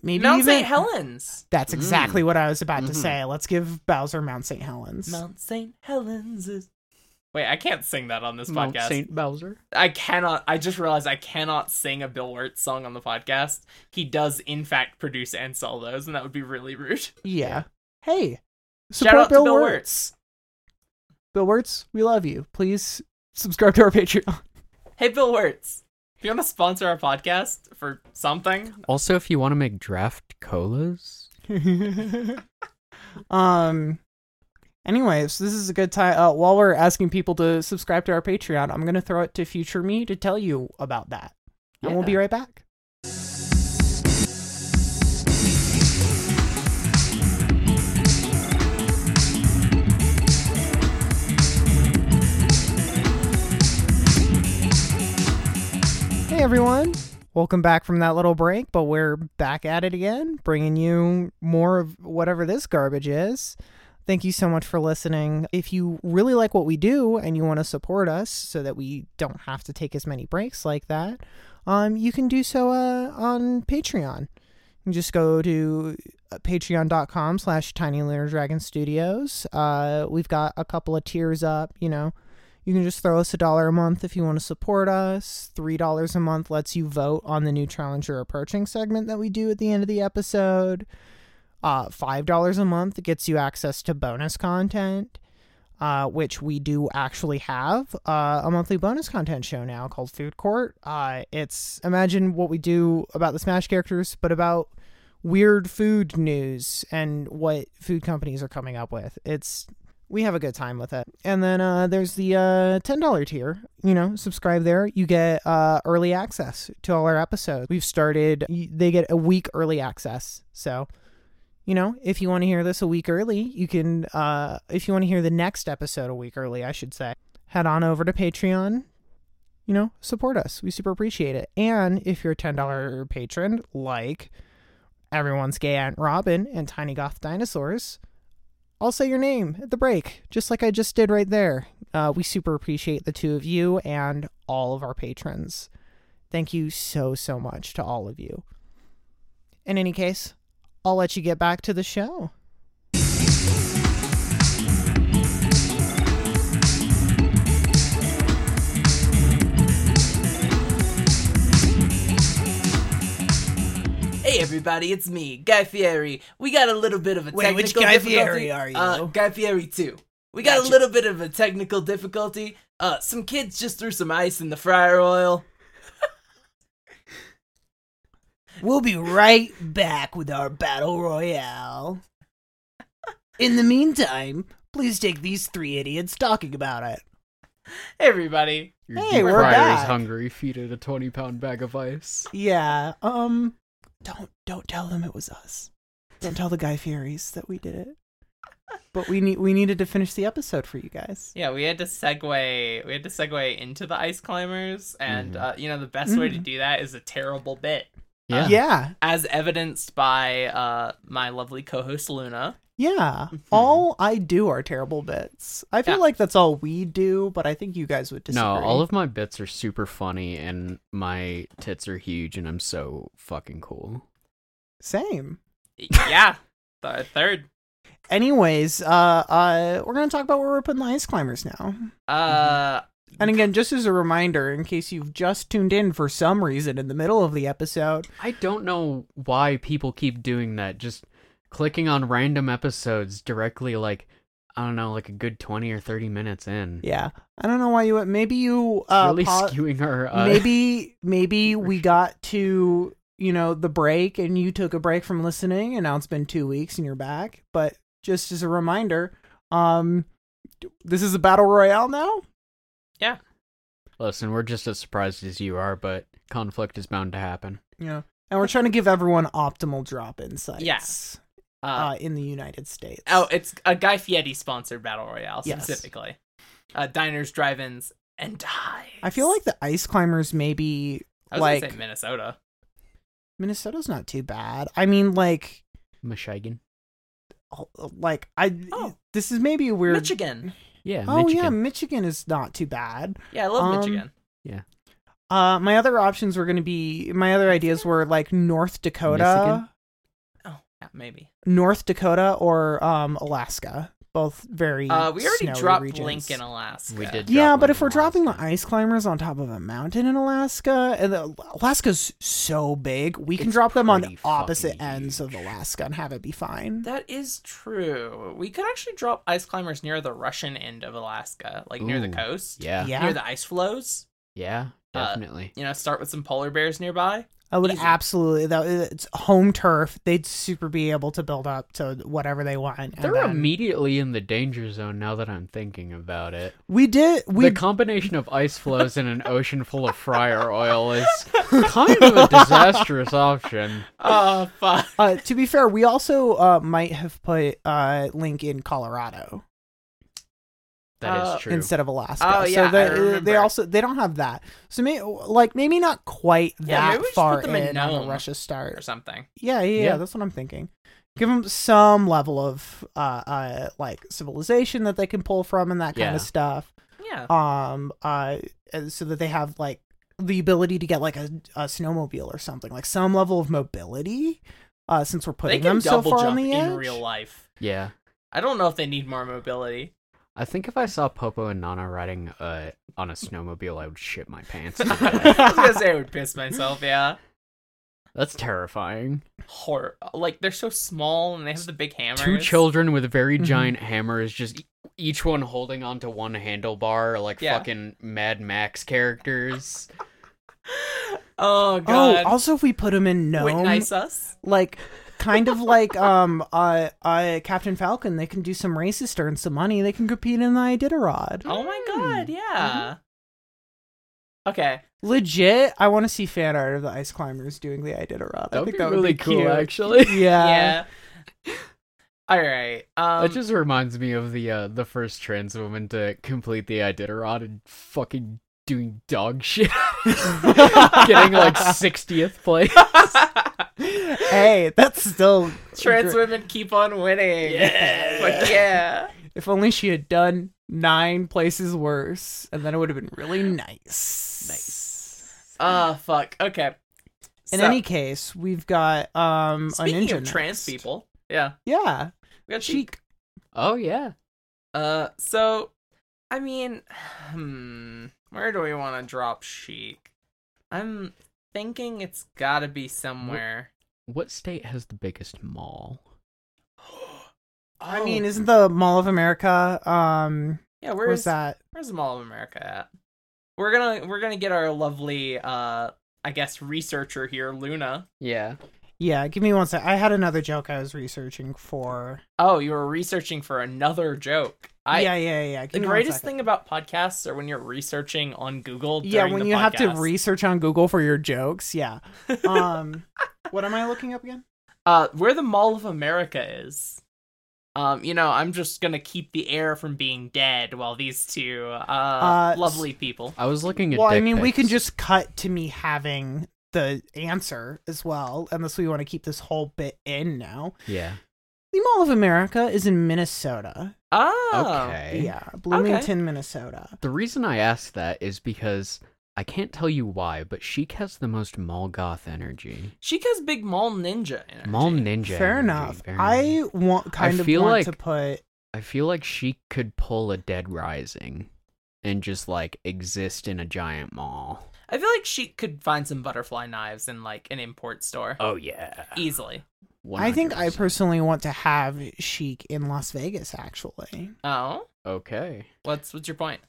maybe
Mount
even
St. Helens.
That's
Mm.
exactly what I was about to
Mhm.
say. Let's give Bowser Mount St. Helens.
Mm-hmm. Mount St. Helens is. Wait, I can't sing that on this
Mount
podcast.
Saint Bowser.
I cannot. I just realized I cannot sing a Bill Wirtz song on the podcast. He does, in fact, produce and sell those, and that would be really rude.
Yeah.
Yeah.
Hey,
Shout
support
out to
Bill,
Bill
Wirtz. Bill Wirtz, we love you. Please subscribe to our Patreon.
Hey, Bill Wirtz, if you want to sponsor our podcast for something,
Also, if you want to make draft colas,
um. Anyways, this is a good time. Uh, while we're asking people to subscribe to our Patreon, I'm gonna throw it to future me to tell you about that, and we'll be
Yeah.
right back. Hey everyone, welcome back from that little break, but we're back at it again, bringing you more of whatever this garbage is. Thank you so much for listening. If you really like what we do and you want to support us so that we don't have to take as many breaks like that, um, you can do so uh, on Patreon. You just go to uh, patreon.com slash tiny lunar dragon studios. Uh, we've got a couple of tiers up, you know. You can just throw us a dollar a month if you want to support us. Three dollars a month lets you vote on the new Challenger Approaching segment that we do at the end of the episode. Uh, Five dollars a month gets you access to bonus content, uh, which we do actually have uh, a monthly bonus content show now called Food Court. Uh, it's imagine what we do about the Smash characters, but about weird food news and what food companies are coming up with. It's we have a good time with it. And then uh, there's the uh, ten dollar tier. You know, subscribe there. You get uh, early access to all our episodes. We've started. y- They get a week early access. So, you know, if you want to hear this a week early, you can. Uh, if you want to hear the next episode a week early, I should say, head on over to Patreon. You know, support us. We super appreciate it. And if you're a ten dollar patron, like everyone's gay aunt Robin and Tiny Goth Dinosaurs. I'll say your name at the break, just like I just did right there. Uh, we super appreciate the two of you and all of our patrons. Thank you so, so much to all of you. In any case, I'll let you get back to the show.
Hey everybody, it's me, Guy Fieri. We got a little bit of a
Wait,
technical
which Guy
difficulty.
Fieri are you?
Uh, Guy Fieri two. We got a
Gotcha.
little bit of a technical difficulty. Uh, some kids just threw some ice in the fryer oil.
We'll be right back with our battle royale. In the meantime, please take these three idiots talking about it.
Hey everybody,
Your
Hey,
deep
we're
fryer
back.
is hungry. Feed it a twenty-pound bag of ice.
Yeah. Um. Don't don't tell them it was us. Don't tell the Guy Fieries that we did it. But we need we needed to finish the episode for you guys.
Yeah, we had to segue. We had to segue into the ice climbers, and
Mhm.
uh, you know the best way to
Mhm.
do that is a terrible bit,
Yeah.
Yeah.
as evidenced by uh, my lovely co-host Luna.
yeah.
Mm-hmm.
All I do are terrible bits. I feel
Yeah.
like that's all we do, but I think you guys would disagree.
No, all of my bits are super funny, and my tits are huge, and I'm so fucking cool.
same.
yeah, the third.
Anyways, uh, uh, we're gonna talk about where we're putting the ice climbers now.
Uh,
And again, just as a reminder, in case you've just tuned in for some reason in the middle of the episode,
I don't know why people keep doing that. Just clicking on random episodes directly, like I don't know, like a good twenty or thirty minutes in.
yeah, I don't know why you. Maybe you
It's
uh,
really
pa-
skewing our. Uh,
maybe maybe we got to you know the break and you took a break from listening and now it's been two weeks and you're back but just as a reminder um this is a battle royale now
Listen, we're just as surprised as you are, but conflict is bound to happen.
yeah and we're trying to give everyone optimal drop insights
Yes. uh,
uh, in the united states
oh, it's a Guy Fieri sponsored battle royale
Yes.
specifically. Uh, diners, drive-ins, and dives.
i feel like the ice climbers maybe
I was
like-
gonna say Minnesota.
minnesota's not too bad i mean like
Michigan.
like i
Oh.
this is maybe a weird
Michigan.
Yeah.
oh yeah
Michigan.
michigan is not too bad
Yeah, I love
Um,
Michigan.
Uh, my other options were going to be my other ideas were like North Dakota,
Michigan?
Oh, yeah, maybe.
North Dakota, or um Alaska. Both very.
Uh, we already
snowy
dropped
regions.
Lincoln, Alaska.
We did.
Yeah,
drop
but
one
if we're
in
dropping the
Alaska.
ice climbers on top of a mountain in Alaska, and the, Alaska's so big, we can
It's
drop them on
pretty fucking
opposite ends of
huge.
Alaska and have it be fine.
That is true. We could actually drop ice climbers near the Russian end of Alaska, like near the
Ooh,
coast,
yeah, yeah,
yeah,
near the ice flows. Uh,
definitely.
You know, start with some polar bears nearby.
I would
easy.
absolutely. That it's home turf. They'd super be able to build up to whatever they want. and
They're
then-
immediately in the danger zone now that I'm thinking about it.
We did. We
the combination of ice floes and an ocean full of fryer oil is kind of a disastrous option.
Oh fuck!
Uh, to be fair, we also uh, might have put uh, Link in Colorado
That is
Uh,
true.
instead of Alaska.
Oh, yeah,
so
I
they- they
remember.
also they don't have that. So maybe like maybe not quite
Yeah, maybe
that
we should
far
put them in
in on
Nome
the Russia
Or
start.
something.
Yeah, yeah, yeah,
Yeah.
That's what I'm thinking. Give them some level of uh, uh, like civilization that they can pull from and that kind
Yeah.
of stuff.
Yeah.
Um, uh, and so that they have like the ability to get like a, a snowmobile or something, like some level of mobility uh, since we're
They
putting
can
them so
double
far on
jump
the edge.
in real life.
Yeah.
I don't know if they need more mobility.
I think if I saw Popo and Nana riding uh, on a snowmobile, I would shit my pants.
I was gonna say I would piss myself. Yeah,
That's terrifying.
horror. Like they're so small and they have the big hammer.
Two children with very
Mm-hmm.
giant hammers, just e- each one holding onto one handlebar, like
Yeah.
fucking Mad Max characters.
Oh
Oh,
god.
also if we put him in gnome,
Witness us.
like kind of like um uh, uh Captain Falcon, they can do some races, earn some money, they can compete in the Iditarod.
Oh my god. Yeah. Okay.
Legit, I want to see fan art of the ice climbers doing the Iditarod. I
That'd
think
be
that would
really
be
cool,
cute.
actually.
Yeah.
yeah. All right. Um,
that just reminds me of the uh, the first trans woman to complete the Iditarod and fucking doing dog shit, getting like sixtieth place.
Hey, that's still
trans
gr-
women keep on winning. Yeah. But yeah.
If only she had done nine places worse, and then it would have been really nice.
Nice.
Ah, fuck. Okay.
In
So,
any case, we've got um
speaking
a ninja
of
next.
trans people, yeah,
Yeah,
we got
she
she.
Oh yeah.
Uh, so, I mean, hmm, where do we want to drop Sheik? I'm thinking it's gotta be somewhere.
What state has the biggest mall?
I mean, isn't the Mall of America? Um,
yeah,
Oh, where's
where's that?
that?
Where's the Mall of America at? We're gonna we're gonna get our lovely uh, I guess researcher here, Luna.
Yeah.
Yeah, give me one sec. I had another joke I was researching for.
Oh, you were researching for another joke. I
yeah, yeah, yeah.
the
Give me one
greatest
second.
thing about podcasts are when you're researching on Google.
Yeah,
during
when
the
you have to
podcast.
research on Google for your jokes. Yeah. Um, what am I looking up again?
uh, where the Mall of America is. Um, you know, I'm just gonna keep the air from being dead while these two
Uh,
uh, lovely people.
I was looking at.
Well, I
dick
mean, we
pics.
can just cut to me having the answer as well, unless we want to keep this whole bit in now.
Yeah.
The Mall of America is in Minnesota.
Oh,
Okay.
Yeah, Bloomington, Minnesota.
The reason I asked that is because I can't tell you why, but Sheik has the most mall goth energy.
she has big mall ninja energy.
Mall ninja.
Fair
energy,
enough.
very
I
much.
want kind of
feel
want
like-
to put
I feel like Sheik could pull a Dead Rising, and just like exist in a giant mall.
I feel like she could find some butterfly knives in like an import store
Oh yeah.
easily.
I think I
100%.
personally want to have Chic in Las Vegas, actually.
Oh,
Okay.
what's what's your point?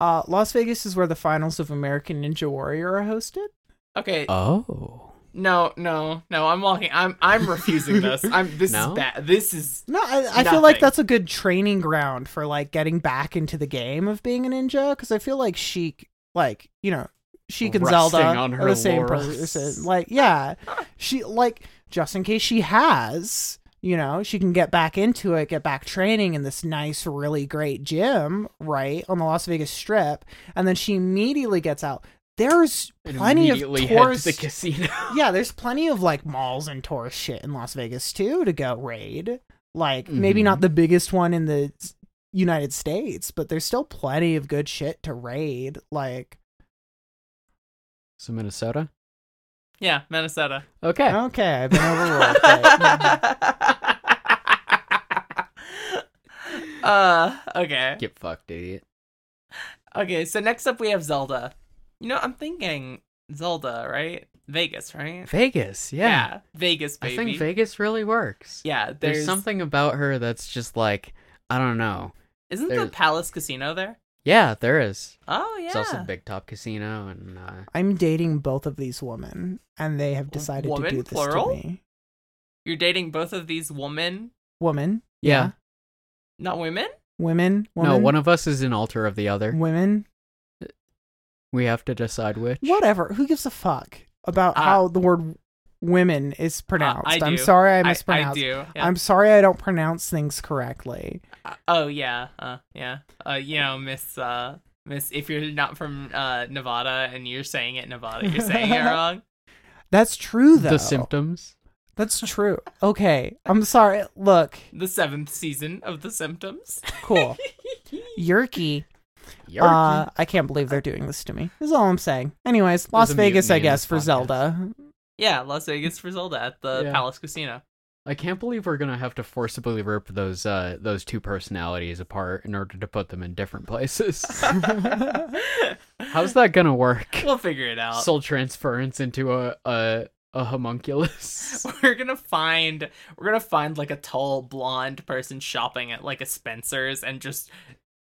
Uh, Las Vegas is where the finals of American Ninja Warrior are hosted.
Okay,
Oh.
no, no, no. I'm walking. I'm I'm refusing this. I'm this
No?
is bad. This is
No, I, I feel like
Nothing.
that's a good training ground for like getting back into the game of being a ninja because I feel like Sheik, like you know, Sheik and
Resting
Zelda
on her
are the same
laurels.
person. Like, yeah, she like just in case she has, you know, she can get back into it, get back training in this nice, really great gym right on the Las Vegas Strip, and then she immediately gets out. There's
And
plenty of
immediately
tourist
head to the casino.
yeah, there's plenty of like malls and tourist shit in Las Vegas too to go raid. Like maybe
Mhm.
not the biggest one in the s- United States, but there's still plenty of good shit to raid. Like
so Minnesota.
yeah, Minnesota.
Okay.
okay, I've been overruled. but-
uh, okay.
Get fucked, idiot.
Okay, so next up we have Zelda. You know, I'm thinking Zelda, right? Vegas, right?
Vegas.
Vegas,
I
baby.
think Vegas really works.
Yeah, there's,
there's,
something.
something about her that's just like I don't know.
Isn't the
there's-
Palace Casino there?
Yeah, there is.
Oh yeah.
It's also Big Top Casino, and uh,
I'm dating both of these women, and they have decided
Woman,
to do this
plural?
to me.
You're dating both of these women,
Woman,
yeah,
not women.
women, woman,
no, one of us is an altar of the other.
women,
We have to decide which.
whatever. Who gives a fuck about
Uh,
how the word women is pronounced?
I
am
do.
sorry, I
I,
mispronounced.
do. Yeah.
I'm sorry, I don't pronounce things correctly.
Uh, oh yeah. Uh, yeah. Uh, you know, Miss. Uh, Miss, if you're not from uh, Nevada and you're saying it Nevada, you're saying it wrong.
That's true, though.
the symptoms.
That's true. Okay. I'm sorry. Look,
The seventh season of The Symptoms.
cool. Yerky.
Yarky.
Uh, I can't believe they're doing this to me. This is all I'm saying. Anyways, Las
a
Vegas,
mutiny
I
in
guess,
this
for
podcast.
Zelda.
Yeah, Las Vegas for Zelda at the
Yeah.
Palace Casino.
I can't believe we're gonna have to forcibly rip those uh those two personalities apart in order to put them in different places. How's that gonna work?
We'll uh, figure it out.
Soul transference into a a, a homunculus.
we're gonna find we're gonna find like a tall blonde person shopping at like a Spencer's and just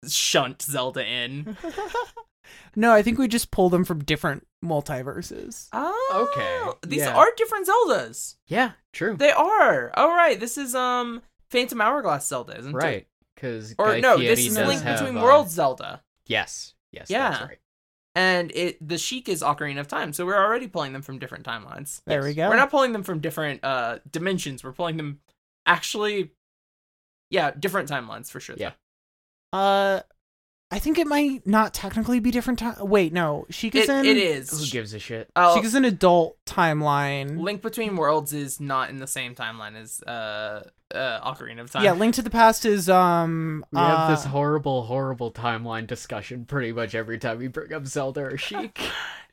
shunt Zelda in.
No, I think we just pull them from different multiverses.
Oh,
Okay,
These
yeah.
are different Zeldas.
yeah, true.
They are. All right. This is um Phantom Hourglass Zelda, isn't it?
Right, because
Or no, this is Link
uh,
Between Worlds Zelda,
Yes, yes, that's
Yeah.
right.
and it the Sheik is Ocarina of Time. So we're already pulling them from different timelines.
There we go.
We're not pulling them from different uh dimensions. We're pulling them actually yeah, different timelines for sure. though.
Yeah.
uh, I think it might not technically be different time. Wait, no, Sheikah's
It,
in.
it
Who
is.
gives a shit?
Oh,
Sheikah's an adult timeline.
Link Between Worlds is not in the same timeline as uh, uh Ocarina of Time.
Yeah, Link to the Past is um.
We have this
uh,
horrible, horrible timeline discussion pretty much every time we bring up Zelda or Sheik.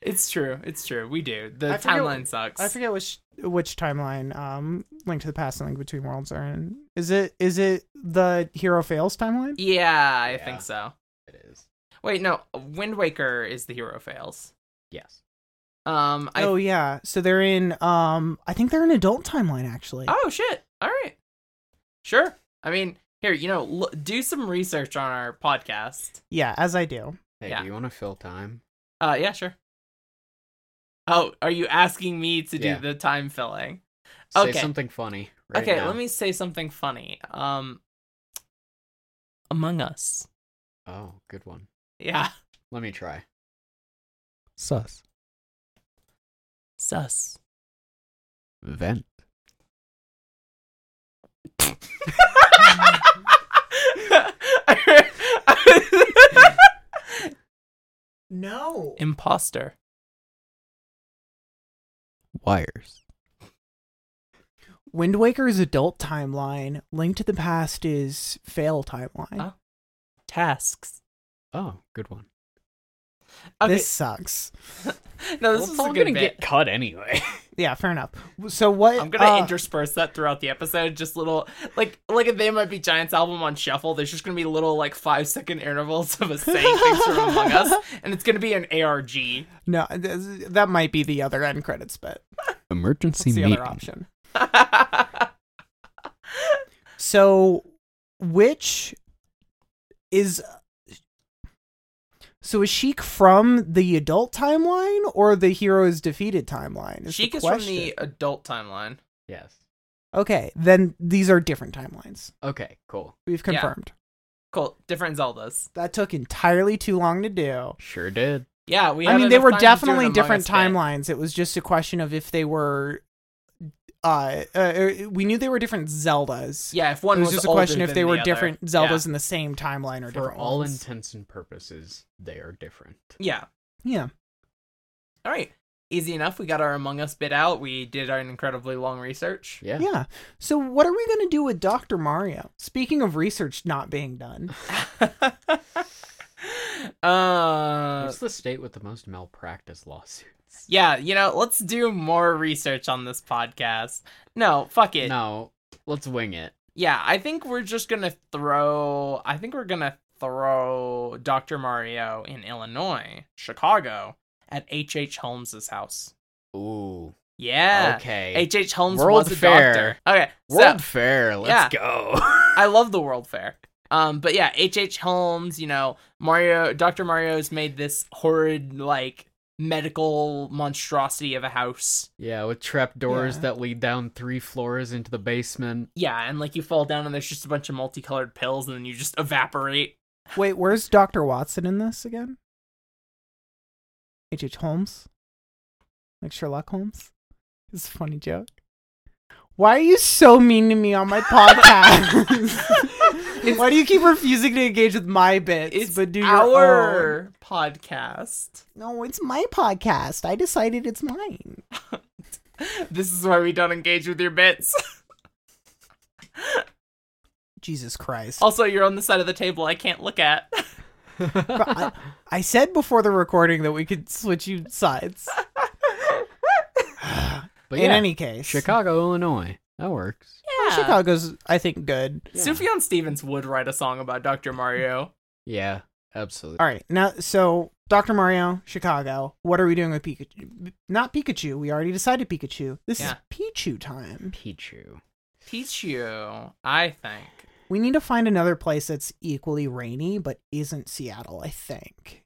it's true. It's true. We do. The
I forget-
timeline sucks.
I forget which which timeline um Link to the Past and Link Between Worlds are in. Is it is it the Hero Fails timeline?
Yeah, I
Yeah.
think so.
it is.
Wait, no. Wind Waker is the hero fails.
Yes.
Um, I
oh yeah, so they're in um I think they're in adult timeline actually.
Oh shit! All right, sure. I mean, here you know, l- do some research on our podcast.
yeah, as I do.
Hey,
Yeah.
do you want to fill time?
Uh, yeah, sure. Oh, are you asking me to do
Yeah.
the time filling?
Say
Okay.
something funny. Right
okay,
now.
let me say something funny. Um, Among Us.
Oh, good one.
Yeah,
Let me try.
Sus.
sus.
Vent.
No.
Imposter.
Wires.
Wind Waker is adult timeline. Link to the Past is fail timeline.
Oh, Tasks.
Oh, good one.
Oh, Okay,
This sucks.
no, this
Well,
is
it's
a
all
good
gonna
bit.
get cut anyway.
Yeah, fair enough. So what?
I'm gonna
uh,
intersperse that throughout the episode. Just little, like, like if they might be Giants album on shuffle. There's just gonna be little, like, five second intervals of us saying things from Among Us, and it's gonna be an ARG.
no, th- that might be the other end credits bit.
Emergency
That's the other option. So, which is so is Sheik from the adult timeline or the hero is defeated timeline? Is the
Sheik is from
question.
the adult timeline.
Yes.
okay. Then these are different timelines.
Okay, cool.
We've
Yeah.
confirmed
Cool, different Zeldas.
that took entirely too long to do.
Sure did.
Yeah, we.
I
had
mean, they
enough
were
time to do an
definitely
Among
different
Us bit.
timelines. It was just a question of if they were. Uh, uh, uh, we knew they were different Zeldas.
Yeah, if
It
one
was,
was
just a
older
question if
than
they
the
were
other.
different Zeldas in the same timeline or
For
different.
all
ones.
intents and purposes, they are different.
Yeah. yeah.
yeah.
All right. Easy enough. We got our Among Us bit out. We did our incredibly long research.
Yeah.
Yeah. So what are we going to do with Dr. Mario? Speaking of research not being done.
uh,
What's the state with the most malpractice lawsuits?
Yeah, you know, let's do more research on this podcast. No, fuck it.
No, let's wing it.
Yeah, I think we're just gonna throw. I think we're gonna throw Dr. Mario in Illinois, Chicago, at H.H. H. Holmes's house.
Ooh.
Yeah.
Okay.
H.H. H. Holmes
World
was a
Fair.
doctor. Okay.
World
so,
Fair.
yeah.
Let's go.
I love the World Fair. Um, but yeah, H.H. H. Holmes, you know, Mario, Dr. Mario's made this horrid, like, medical monstrosity of a house.
yeah, with trapdoors
Yeah.
that lead down three floors into the basement.
Yeah, and like you fall down and there's just a bunch of multicolored pills and then you just evaporate.
Wait, where's Dr. Watson in this again? H.H. Holmes? Like Sherlock Holmes? It's a funny joke. Why are you so mean to me on my podcast? Why do you keep refusing to engage with my bits?
It's
but do your own?
our podcast.
No, it's my podcast. I decided it's mine.
This is why we don't engage with your bits.
Jesus Christ.
also, you're on the side of the table I can't look at.
But I, I said before the recording that we could switch you sides.
But
in
yeah,
any case,
Chicago, Illinois. That works.
Yeah, Chicago's I think good.
Yeah.
Sufjan Stevens would write a song about Dr. Mario.
Yeah, absolutely.
All right, now so Dr. Mario, Chicago. What are we doing with Pikachu? Not Pikachu. We already decided Pikachu. This
Yeah.
is Pichu time.
Pichu.
Teach you, I think.
We need to find another place that's equally rainy but isn't Seattle. I think.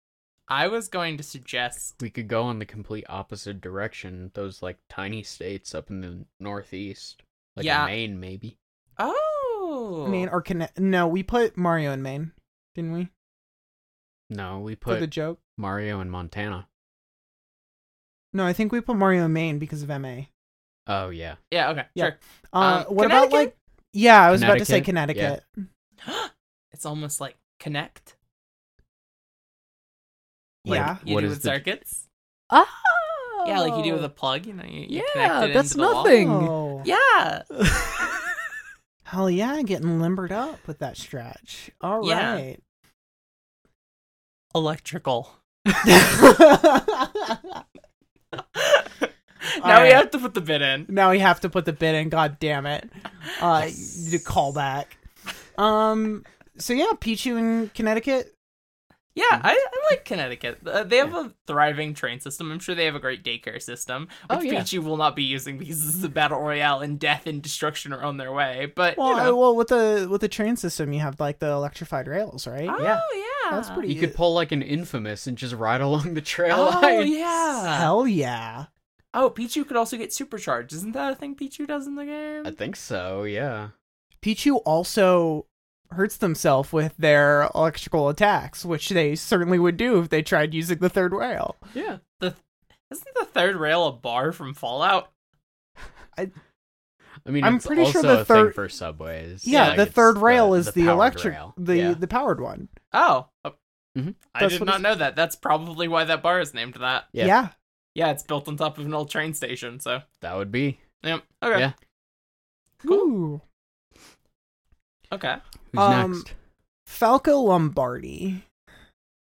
I was going to suggest
We could go in the complete opposite direction. Those like tiny states up in the northeast, like
Yeah.
Maine, maybe.
Oh
Maine or Conne- no? We put Mario in Maine, didn't we?
No, we
for
put
the joke.
Mario in Montana.
No, I think we put Mario in Maine because of MA.
Oh yeah,
Yeah, okay,
Yeah.
sure.
Uh,
Um,
what about
Connecticut?
like? Yeah, I was about to say
Connecticut, yeah.
Connecticut.
it's almost like connect.
Like,
Yeah.
You
What
do
is
with
the-
circuits.
Oh.
Yeah, like you do with a plug, you know, you, you
Yeah,
connect it
that's
into the wall.
nothing. Thing.
Oh.
Yeah.
Hell yeah, getting limbered up with that stretch. All
Yeah.
right.
Electrical. now we
right.
have to put the bit in.
now we have to put the bid in. God damn it. Uh,
Yes.
you call back. Um. So yeah, Pichu in Connecticut.
Yeah, I, I like Connecticut. Uh, they have a thriving train system. I'm sure they have a great daycare system,
Oh,
which
yeah.
Pichu will not be using because this is a battle royale and death and destruction are on their way. But
Well,
you know.
uh, well, with the with the train system, you have like the electrified rails, right?
oh
yeah.
yeah,
That's pretty-
You could pull like an infamous and just ride along the trail
Oh
line.
yeah.
Hell yeah.
Oh, Pichu could also get supercharged. Isn't that a thing Pichu does in the game?
I think so. Yeah.
Pichu also hurts themselves with their electrical attacks, which they certainly would do if they tried using the third rail.
Yeah.
The th- isn't the third rail a bar from Fallout?
I mean,
I'm
it's
pretty sure
also
the
a
third-
thing for subways.
Yeah,
Like,
the
it's
third rail is the,
powered
electric,
rail.
the
Yeah.
the powered one.
Oh. oh.
Mhm.
I
Mm-hmm. That's
did
what
not
it's-
know that. That's probably why that bar is named that.
Yeah.
Yeah.
Yeah, it's built on top of an old train station, so.
that would be.
Yep. Okay.
Yeah.
Ooh.
Okay.
Who's
Um,
next?
Falco Lombardi.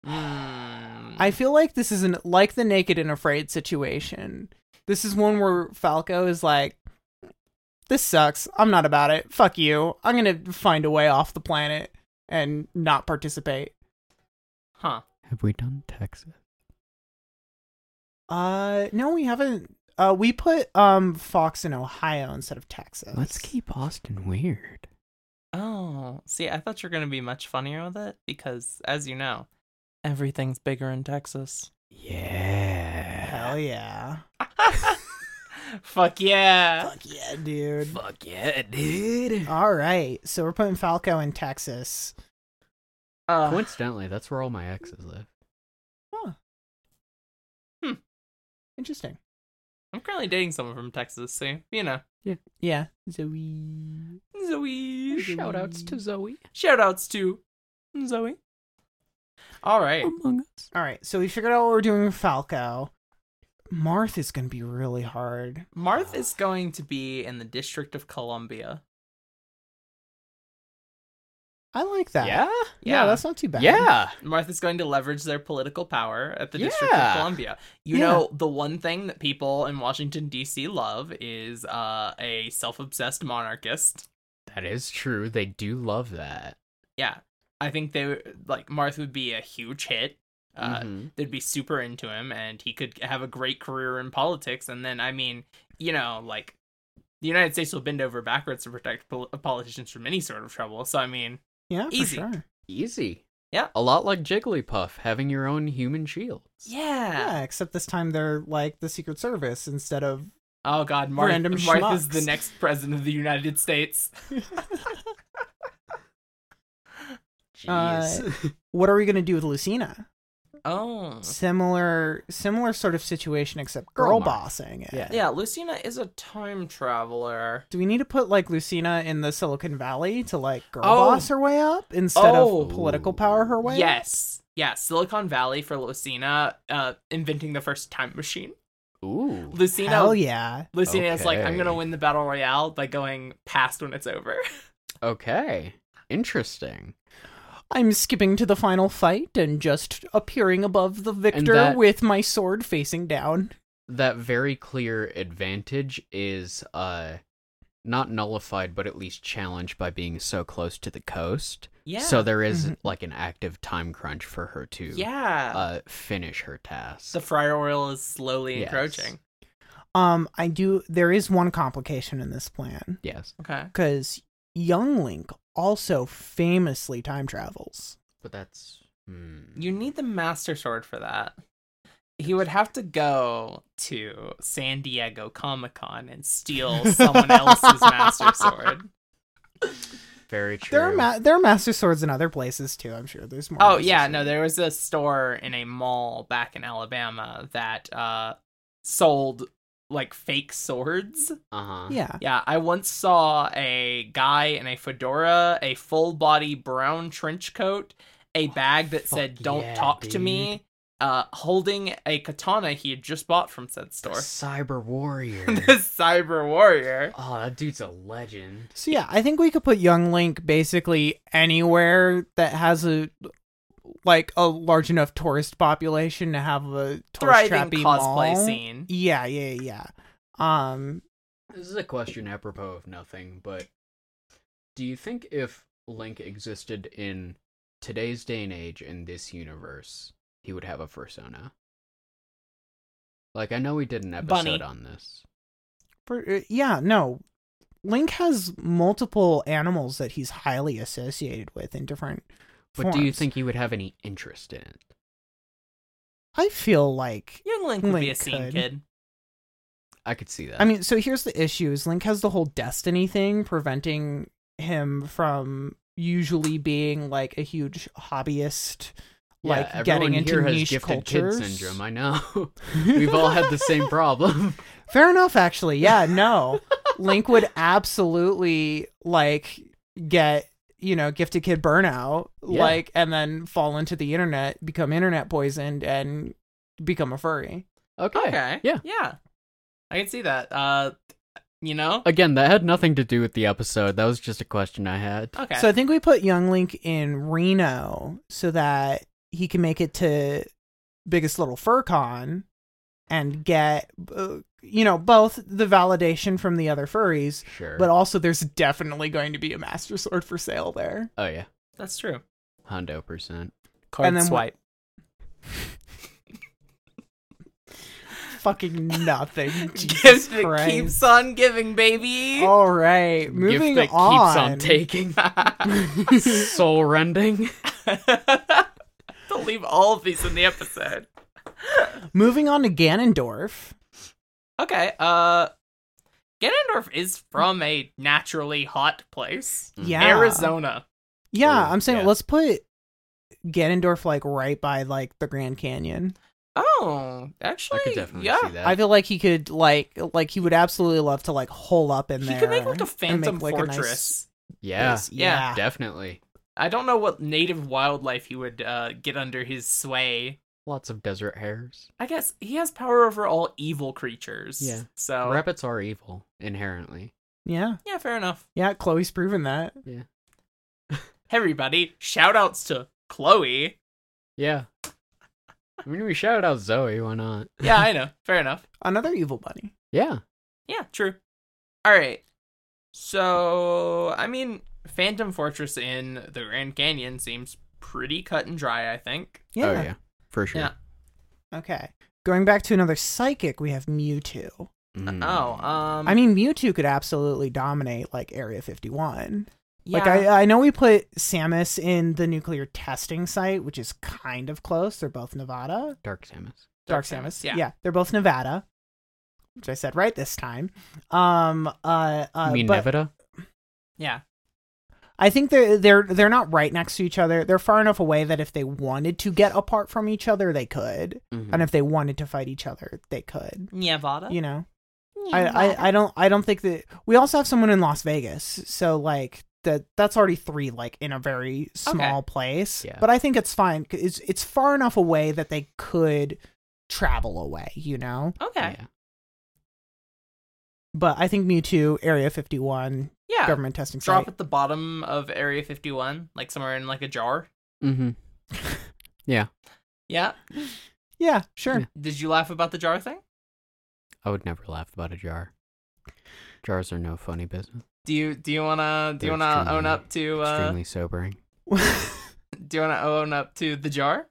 Mm.
I feel like this is an like the naked and afraid situation. This is one where Falco is like, "This sucks. I'm not about it. Fuck you. I'm gonna find a way off the planet and not participate."
Huh.
Have we done Texas?
Uh, no, we haven't. Uh, we put um Fox in Ohio instead of Texas.
Let's keep Austin weird.
Oh. See, I thought you were going to be much funnier with it because, as you know, everything's bigger in Texas.
Yeah.
Hell yeah!
Fuck yeah.
Fuck yeah, dude!
Fuck yeah, dude.
All right, so we're putting Falco in Texas.
Uh,
Coincidentally, that's where all my exes live.
Interesting.
I'm currently dating someone from Texas, so, you know.
Yeah, Zoe.
Zoe.
Shoutouts to Zoe
Shoutouts to Zoe. All right.
among us.
All right, so we figured out what we're doing with Falco. Marth is gonna be really hard.
Marth is going to be in the District of Columbia.
I like that.
Yeah.
yeah, that's not too bad.
Yeah.
Marth is going to leverage their political power at the District of
Yeah.
Columbia. You
Yeah.
know, the one thing that people in Washington D.C. love is uh, a self-obsessed monarchist.
That is true. They do love that.
Yeah, I think they like Marth would be a huge hit. Uh,
Mm-hmm.
Mhm.
They'd be super into him, and he could have a great career in politics. And then, I mean, you know, like the United States will bend over backwards to protect pol- politicians from any sort of trouble. So, I mean,
yeah, for
Easy.
sure.
Easy.
Yeah.
A lot like Jigglypuff, having your own human shields.
Uh,
Yeah, except this time they're like the Secret Service instead of
Oh God, Marth,
Random
Marth is the
schmucks.
next president of the United States.
Uh, Jeez. what are we gonna do with Lucina?
oh,
similar similar sort of situation except
Girl
girl
mark.
bossing it.
Yeah.
yeah. Lucina is a time traveler.
Do we need to put like Lucina in the Silicon Valley to like girl
Oh.
boss her way up instead
Oh.
of political power her way? up?
Yes, yeah. Silicon Valley for Lucina, uh, inventing the first time machine.
Ooh.
Lucina,
Hell yeah.
Lucina is like, I'm gonna
Okay.
win the battle royale by going past when it's over.
Okay. Interesting.
I'm skipping to the final fight and just appearing above the victor
that-
with my sword facing down.
that very clear advantage is uh not nullified but at least challenged by being so close to the coast.
Yeah.
So there is,
Mhm.
like an active time crunch for her to
yeah.
uh finish her task.
the fryer oil is slowly
Yes.
encroaching.
Um, I do. There is one complication in this plan
yes.
Okay.
because young Link also famously time travels.
But that's hmm.
You need the master sword for that. He would have to go to San Diego Comic Con and steal someone else's master sword.
very true.
There are ma- there are master swords in other places too. I'm sure there's more.
Oh
Master
yeah,
Swords.
no, there was a store in a mall back in Alabama that uh sold like fake swords.
uh-huh.
Yeah.
Yeah, I once saw a guy in a fedora, a full body brown trench coat, a
Oh,
bag that
fuck
said "Don't
yeah,
talk to
dude.
me," uh, holding a katana he had just bought from
The
said store.
Cyber warrior.
this cyber warrior.
oh, that dude's a legend.
So yeah, I think we could put young Link basically anywhere that has a like a large enough tourist population to have a tourist
Thriving
trappy
cosplay
mall.
scene.
Yeah, yeah, yeah. Um,
This is a question apropos of nothing, but do you think if Link existed in today's day and age in this universe, he would have a persona? Like I know we did an episode
Bunny.
on this.
for, uh, yeah, no. Link has multiple animals that he's highly associated with in different.
But do you
forms.
think he would have any interest in it?
I feel like
Young Link would be a
Link
scene
could.
kid.
I could see that.
I mean, so here's the issue: is Link has the whole destiny thing preventing him from usually being like a huge hobbyist, like
everyone
getting into
here has
niche
gifted kid
cultures.
syndrome. I know. We've all had the same problem.
Fair enough, actually. Yeah, no, Link would absolutely like get you know gifted kid burnout,
Yeah.
like, and then fall into the internet, become internet poisoned, and become a furry.
Okay.
Oh,
Okay.
Yeah.
Yeah. I can see that. Uh, you know.
Again, that had nothing to do with the episode. That was just a question I had.
Okay.
Oh, So I think we put Young Link in Reno so that he can make it to Biggest Little Fur Con and get, uh, you know, both the validation from the other furries,
Sure.
but also there's definitely going to be a Master Sword for sale there.
oh yeah,
that's true.
Hondo percent.
Card
And then
swipe.
Fucking nothing. Jesus
Gift that
Christ. Oh.
keeps on giving, baby.
All right, moving on.
keeps on taking. Soul rending.
Don't leave all of these in the episode.
moving on to Ganondorf.
Okay, uh Ganondorf is from a naturally hot place.
Mm,
Yeah,
Arizona.
Yeah,
Ooh,
I'm saying
yeah.
let's put Ganondorf like right by like the Grand Canyon.
Oh, actually,
I could definitely
yeah.
see that.
I feel like he could like like he would absolutely love to like hole up in there.
He could make like
and
a
make,
phantom
like, a nice
fortress.
yeah,
base.
yeah.
definitely.
I don't know what native wildlife he would uh, get under his sway.
Lots of desert hares.
I guess he has power over all evil creatures.
Yeah.
Oh.
So
Rabbits are evil inherently.
Yeah,
yeah, fair enough.
yeah. Chloe's proven that.
Hey, everybody! Shout outs to Chloe.
Yeah. I mean, we shouted out Zoe. Why not?
Yeah, I know. Fair enough.
Another evil bunny.
Yeah.
Yeah, true. All right. So, I mean, Phantom Fortress in the Grand Canyon seems pretty cut and dry, I think.
Yeah.
Oh yeah, for sure.
Yeah.
Okay. Going back to another psychic, we have Mewtwo.
Mm.
Uh,
Oh, um
I mean, Mewtwo could absolutely dominate like Area 51.
yeah.
Like I, I know we put Samus in the nuclear testing site, which is kind of close. They're both Nevada.
Dark Samus.
Dark Samus.
Yeah.
yeah, they're both Nevada, which I said right this time. Um, uh, uh
You mean
but-
Nevada?
Yeah.
I think they're they're they're not right next to each other. They're far enough away that if they wanted to get apart from each other, they could,
Mm-hmm. Hmm.
and if they wanted to fight each other, they could.
Nevada.
You know, I, I I don't I don't think that we also have someone in Las Vegas, so like that that's already three like in a very small place.
Yeah.
But I think it's fine. 'cause It's it's far enough away that they could travel away. You know,
Okay.
Yeah.
but I think Mewtwo Area Fifty One
Yeah.
government testing
Drop
site.
at the bottom of Area 51, like somewhere in like a jar.
Mm-hmm.
Yeah.
Yeah, sure.
Yeah.
Did you laugh about the jar thing?
I would never laugh about a jar. Jars are no funny business.
Do you do you wanna do you
They're
wanna own
extremely-
up to uh
Extremely sobering.
do you wanna own up to the jar?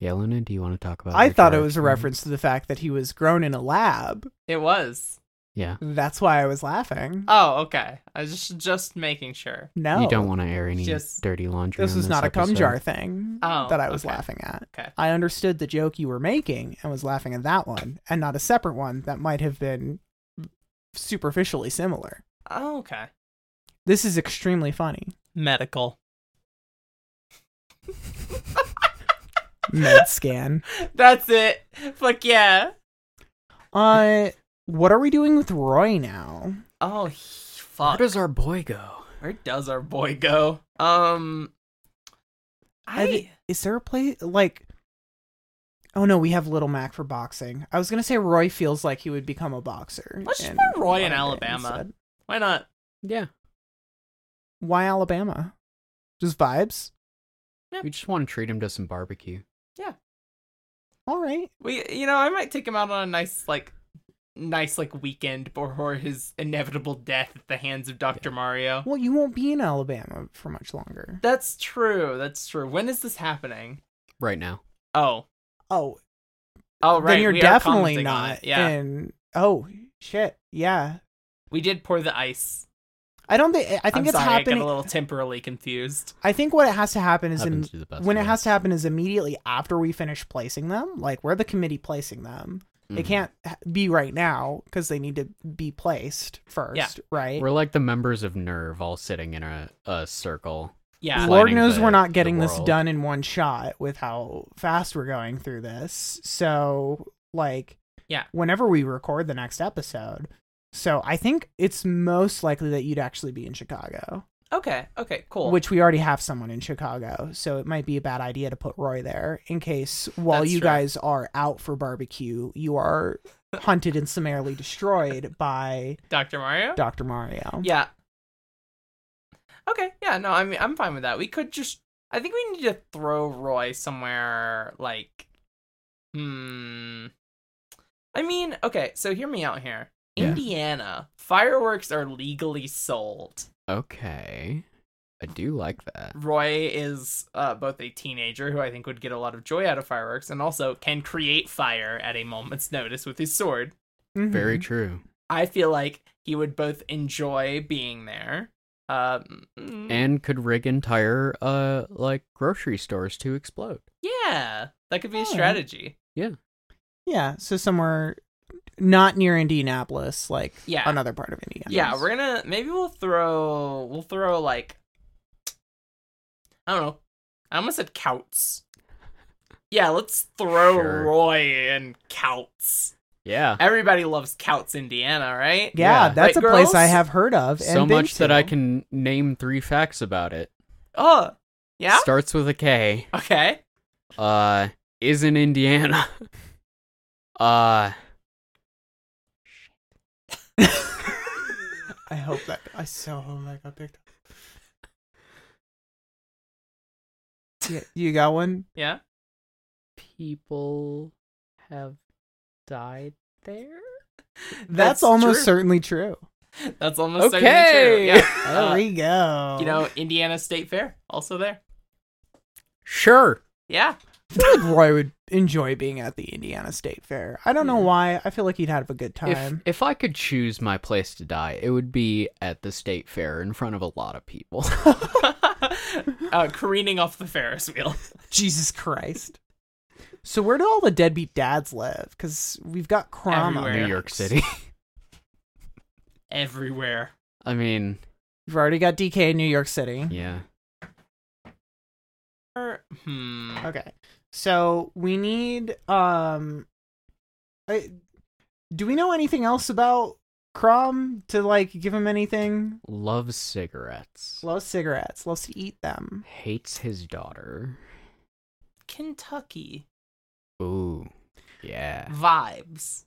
Yeah, Luna, do you want to talk about?
I
your
thought it
jar
was a
experience?
reference to the fact that he was grown in a lab.
It was.
Yeah,
That's why I was laughing.
Oh, okay. I was just just making sure.
no,
you don't want to air any
Just-
dirty laundry.
this
on
is not a cum
episode.
jar thing
Oh,
that I was
okay.
laughing at.
Okay.
I understood the joke you were making and was laughing at that one, and not a separate one that might have been superficially similar.
Oh, okay.
This is extremely funny.
Medical.
Med scan.
That's it. Fuck yeah.
Uh, what are we doing with Roy now?
Oh, he-
Where
fuck.
does our boy go?
Where does our boy go? Um, I,
I thi- Is there a place like? Oh no, we have Little Mac for boxing. I was gonna say Roy feels like he would become a boxer.
Let's just
and
put Roy in
Monday
Alabama.
instead.
why not?
Yeah,
Why Alabama? Just vibes.
we just want to treat him to some barbecue.
All right.
We, you know, I might take him out on a nice like, nice like weekend before his inevitable death at the hands of Doctor Mario.
Well, you won't be in Alabama for much longer.
That's true. That's true. When is this happening?
Right now,
Oh,
Oh,
oh, right.
then you're
we are
definitely
commenting on
not
it. Yeah,
in. Oh shit. Yeah.
we did pour the ice.
I don't think. I think
I'm
it's
sorry, I
happening.
got a little temporally confused.
I think what it has to happen is in
happens to the best.
when
of
it
us.
has to happen is immediately after we finish placing them. Like we're the committee placing them. They
Mhm.
can't h- be right now because they need to be placed first, right?
We're like the members of Nerve, all sitting in a, a circle.
Yeah,
What?
Lord
planning
knows
the-
we're not
the
getting this
world.
done in one shot with how fast we're going through this. So, like,
Yeah.
whenever we record the next episode. So, I think it's most likely that you'd actually be in Chicago,
Okay. Okay. Cool.
which we already have someone in Chicago. So, it might be a bad idea to put Roy there in case while
That's
you
true.
guys are out for barbecue, you are hunted and summarily destroyed by
Doctor Mario?
Dr. Mario.
Yeah. Okay, yeah, no, I mean I'm fine with that. We could just I think we need to throw Roy somewhere like hmm I mean, okay, so hear me out here.
Yeah.
Indiana, fireworks are legally sold.
Okay, I do like that.
Roy is uh, both a teenager who I think would get a lot of joy out of fireworks and also can create fire at a moment's notice with his sword.
Mhm.
Very true.
I feel like he would both enjoy being there. Um, mm,
And could rig entire uh like grocery stores to explode.
Yeah, that could be a
Alright.
strategy.
Yeah, so somewhere not near Indianapolis, like
Yeah.
another part of Indiana.
Yeah, we're gonna maybe we'll throw we'll throw like I don't know. I almost said Couts. Yeah, let's throw
Sure.
Roy and Couts.
Yeah.
Everybody loves Couts, Indiana, right?
yeah,
Yeah.
that's
Right,
a place I
girls?
have heard of. And
So
been
much that I
to.
can name three facts about it.
Oh, yeah.
Starts with a K.
Okay.
Uh, is in Indiana. Uh,
I hope that I so hope that got picked up. Yeah, you got one.
Yeah.
people have died there.
That's, almost certainly true.
true. That's almost
Okay.
certainly true.
There
Yeah.
we go.
Uh, you know, Indiana State Fair also there.
Sure.
Yeah.
I feel like Roy would enjoy being at the Indiana State Fair. I don't know
Yeah.
why. I feel like he'd have a good
If
time.
if I could choose my place to die, it would be at the state fair in front of a lot of people.
uh, careening off the Ferris wheel.
Jesus Christ. So where do all the deadbeat dads live? Because we've got Krama.
Everywhere.
New York City.
Everywhere.
I mean,
You've already got DK in New York City.
yeah.
Er, Hmm.
Okay. So we need um I, do we know anything else about Crom to like give him anything?
Loves cigarettes.
Loves cigarettes, loves to eat them.
Hates his daughter.
Kentucky
Ooh. Yeah.
vibes.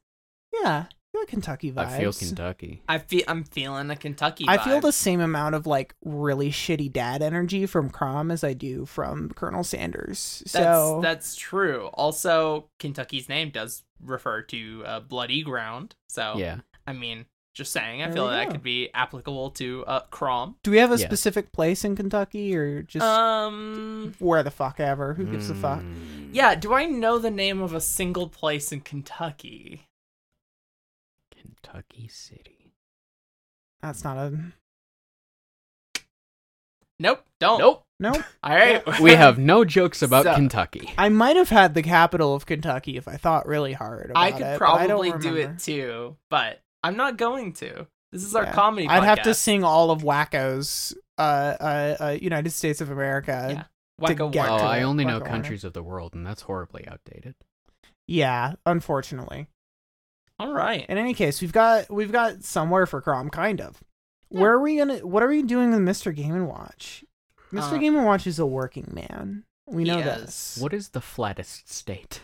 Yeah. I feel Kentucky vibes.
I feel Kentucky.
I feel I'm feeling a Kentucky.
I feel
vibe.
the same amount of like really shitty dad energy from Crom as I do from Colonel Sanders.
That's
So
that's true. Also, Kentucky's name does refer to uh, bloody ground.
Oh.
So
Yeah.
I mean, just saying, I
There
feel
we
that
go.
could be applicable to uh, Crom.
Do we have a
Yes.
specific place in Kentucky or just
Um,
where the fuck ever? Who gives a
mm.
fuck?
yeah. Do I know the name of a single place in Kentucky?
Kentucky City.
That's not a
Nope, don't.
Nope.
no.
All right,
We have no jokes about
So-
Kentucky.
I might have had the capital of Kentucky if I thought really hard. About
I could
it, but I don't
probably do
remember.
it too, but I'm not going to. This is our
Yeah.
comedy.
I'd have to
podcast.
sing all of Wacko's uh, uh, uh, United States of America.
Wacko
get
Oh,
to
Wacko.
I
it.
only
Fuck
know
it, why not?
countries of the world, and that's horribly outdated.
Yeah, unfortunately.
All right.
In any case, we've got we've got somewhere for Crom, kind of. Where are we gonna? What are we doing with Mister Game and Watch? Mister
Uh,
Game and Watch is a working man. We
he
know
is.
this.
What is the flattest state?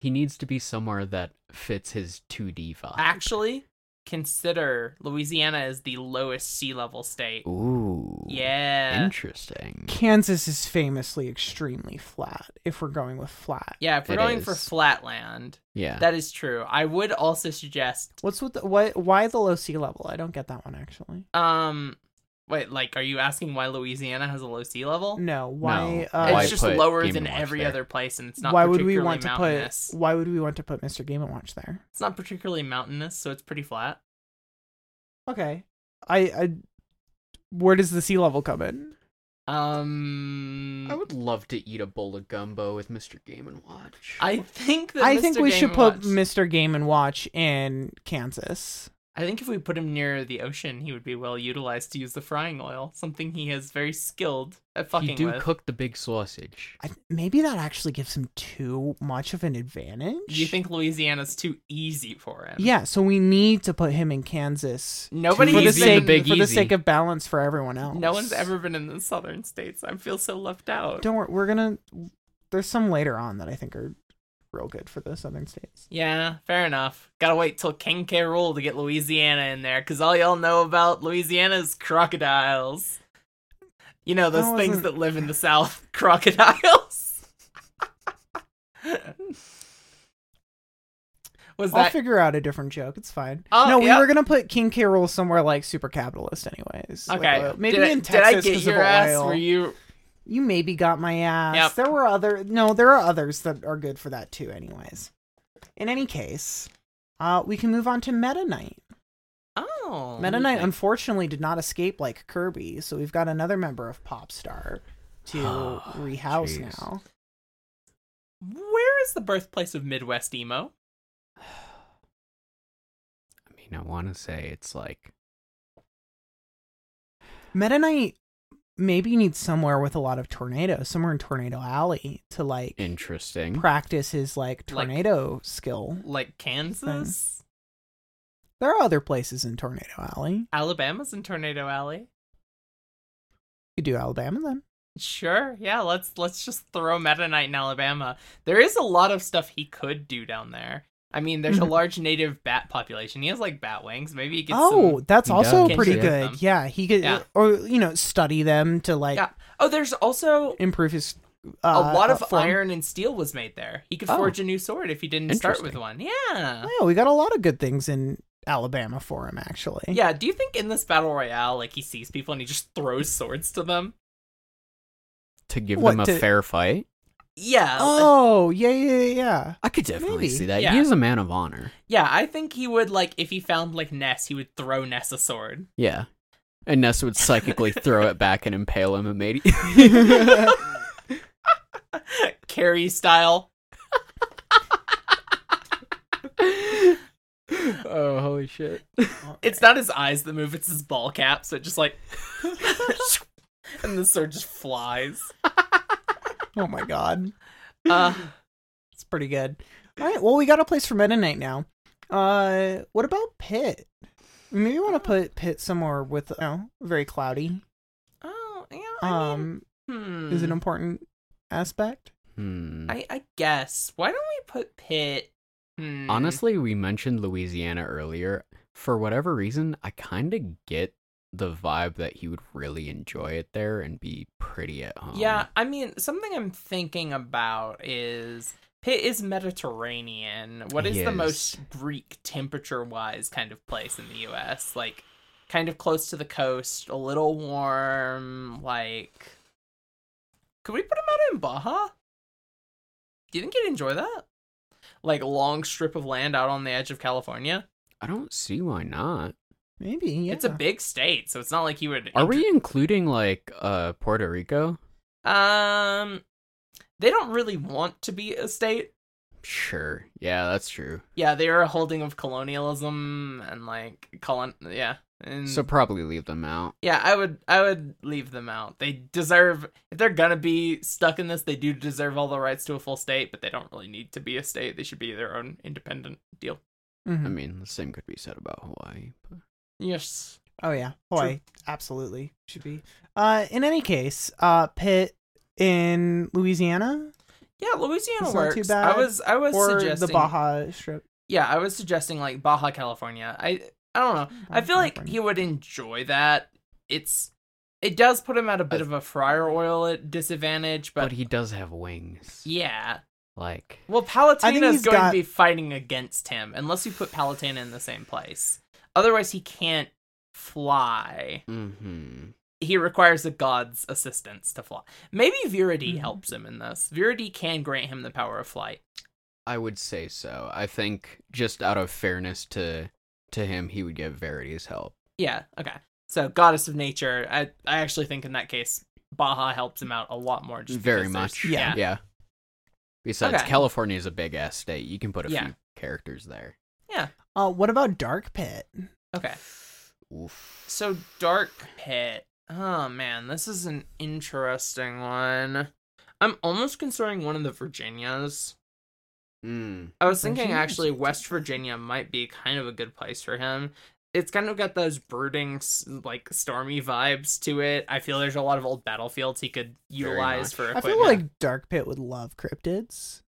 He needs to be somewhere that fits his 2D vibe.
Actually, consider Louisiana as the lowest sea level state.
Ooh.
Yeah.
Interesting.
Kansas is famously extremely flat. If we're going with flat,
Yeah, if we're
It
going for
is.
flatland,
Yeah.
that is true. I would also suggest
what's with the, what? Why the low sea level? I don't get that one actually.
um wait, like are you asking why Louisiana has a low sea level?
No, why?
No.
Uh,
Why
it's just
put
lower
Game
than
and Watch
every
there?
other place and it's not
why would
particularly
we want to put?
mountainous.
Why would we want to put Mister Game and Watch there?
It's not particularly mountainous, so it's pretty flat.
Okay, I, I where does the sea level come in?
Um
I would love to eat a bowl of gumbo with Mr. Game and Watch.
I think that
I think
Mr.
we
Game
should
and
put
Watch-
Mister Game and Watch in Kansas.
I think if we put him near the ocean, he would be well utilized to use the frying oil, something he is very skilled at fucking
you do
with.
cook the big sausage.
I, maybe that actually gives him too much of an advantage.
Do you think Louisiana's too easy for him?
Yeah, so we need to put him in Kansas
Nobody
for the
Easy, the
sake
Big
for the
Easy.
sake of balance for everyone else.
No one's ever been in the southern states. I feel so left out.
Don't worry, we're gonna. There's some later on that I think are real good for the southern states.
Yeah, fair enough. Gotta wait till King K. Rule to get Louisiana in there, because all y'all know about Louisiana is crocodiles. You know, those
That
things
wasn't-
that live in the South, crocodiles. Was
I'll
that
figure out a different joke. It's fine.
Oh,
no, we
yeah.
were gonna put King K. Rool somewhere like super capitalist, anyways. Like,
okay?
uh, maybe
did I-
in
did I
Texas
get
because of
your ass?
oil.
Were
You...
you
maybe got my ass.
Yep.
There were other. No, there are others that are good for that too, anyways. In any case, uh, we can move on to Meta Knight.
Oh,
Meta Knight,
okay.
unfortunately, did not escape like Kirby, so we've got another member of Popstar to rehouse
Jeez.
now.
where is the birthplace of Midwest emo?
I mean, I want to say it's like
Meta Knight maybe needs somewhere with a lot of tornadoes, somewhere in Tornado Alley to like
interesting.
practice his like
Mm-hmm. Like-
tornado skill.
Like Kansas,
There are other places in Tornado Alley.
Alabama's in Tornado Alley.
You do Alabama then.
Sure, yeah. Let's let's just throw Meta Knight in Alabama. There is a lot of stuff he could do down there. I mean, there's a
Mhm.
large native bat population. He has like bat wings. Maybe he gets
oh,
some.
that's
He
also
does.
pretty
Can train
good.
them.
Yeah, he could,
Yeah.
or you know, study them to like
Yeah. Oh, there's also
improve his. Uh,
a lot
uh,
of
form.
iron and steel was made there. He could
Oh.
forge a new sword if he didn't start with one. Yeah.
Yeah, we got a lot of good things in Alabama for him actually.
Yeah, do you think in this battle royale, like he sees people and he just throws swords to them?
To give
What,
them a
to-
fair fight,
Yeah.
Oh, yeah, yeah, yeah, yeah.
I could definitely
Maybe.
see that.
Yeah.
He is a man of honor.
Oh.
Yeah, I think he would like if he found like Ness, he would throw Ness a sword.
Yeah. And Ness would psychically throw it back and impale him immediately.
Carry style.
oh, holy shit.
It's not his eyes that move, it's his ball cap, so it just like and the sword just flies.
Oh my god.
Uh
It's pretty good. All right, well, we got a place for Meta Knight now. Uh, what about Pitt? Maybe you want to put Pitt somewhere with, oh, very cloudy.
oh yeah. I
Um,
mean, hmm.
is an important aspect.
Hmm.
I, I guess. Why don't we put Pitt hmm.
Honestly, we mentioned Louisiana earlier. For whatever reason, I kind of get the vibe that he would really enjoy it there and be pretty at home.
Yeah, I mean, something I'm thinking about is Pit is Mediterranean. What is the
Yes.
most Greek temperature wise kind of place in the US? Like kind of close to the coast, a little warm, like Could we put him out in Baja? Do you think he'd enjoy that? Like long strip of land out on the edge of California.
I don't see why not.
Maybe yeah.
It's a big state, so it's not like he would
Are we including like uh Puerto Rico?
Um they don't really want to be a state.
Sure. Yeah, that's true.
Yeah, they are a holding of colonialism and like colon. Yeah, and
So probably leave them out.
yeah, I would I would leave them out. They deserve if they're gonna be stuck in this, they do deserve all the rights to a full state, but they don't really need to be a state. They should be their own independent deal.
I
Mm.
Mhm.
mean, the same could be said about Hawaii. But...
Yes.
Oh yeah, Hawaii absolutely should be. Uh, in any case, uh, Pitt in Louisiana
Yeah, Louisiana
It's not
works.
too bad.
I was I was
or
suggesting
the Baja Strip.
Yeah, I was suggesting like Baja California. I I don't know. I feel like he would enjoy that. It's it does put him at a bit of a fryer oil at disadvantage,
but
but
he does have wings.
yeah.
Like
Well, Palutena's
he's
going
got-
to be fighting against him unless you put Palutena in the same place. Otherwise, he can't fly.
mhm.
He requires the god's assistance to fly. Maybe Viridi
Mhm.
helps him in this. Viridi can grant him the power of flight.
I would say so. I think just out of fairness to to him, he would get Verity's help.
Yeah, okay. So, goddess of nature. I, I actually think in that case, Baja helps him out a lot more. Just because
Very
there's-
much.
Yeah.
Yeah. Besides,
Okay.
California is a big ass state. You can put a
Yeah.
few characters there.
Uh, what about Dark Pit?
Okay.
Oof.
So Dark Pit. Oh man, this is an interesting one. I'm almost considering one of the Virginias.
Mm.
I was thinking
Virginia's
actually
good.
West Virginia might be kind of a good place for him. It's kind of got those brooding, s- like stormy vibes to it. I feel there's a lot of old battlefields he could
Very
utilize
much.
for
I
equipment.
feel like Dark Pit would love cryptids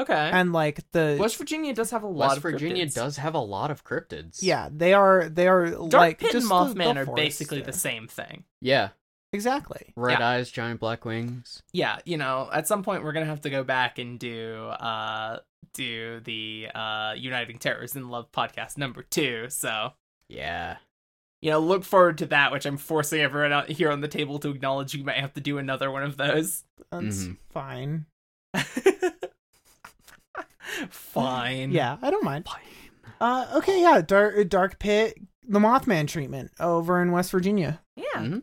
okay,
and like the
West Virginia does have a lot.
West
of
Virginia
cryptids.
does have a lot of cryptids.
yeah they are they are
Dark
like
Pit
just
and
the-
Mothman
the
are
forest
basically
there.
the same thing.
Yeah.
Exactly.
Red
Yeah.
eyes, giant black wings.
yeah, you know, at some point we're gonna have to go back and do uh do the uh Uniting Terrors in Love podcast number two. So
Yeah.
you know, look forward to that, which I'm forcing everyone out here on the table to acknowledge you might have to do another one of those.
That's
Hmm.
Mhm.
fine.
Fine.
Yeah, I don't mind. Uh, okay, yeah, dark dark pit, the Mothman treatment over in West Virginia.
Yeah.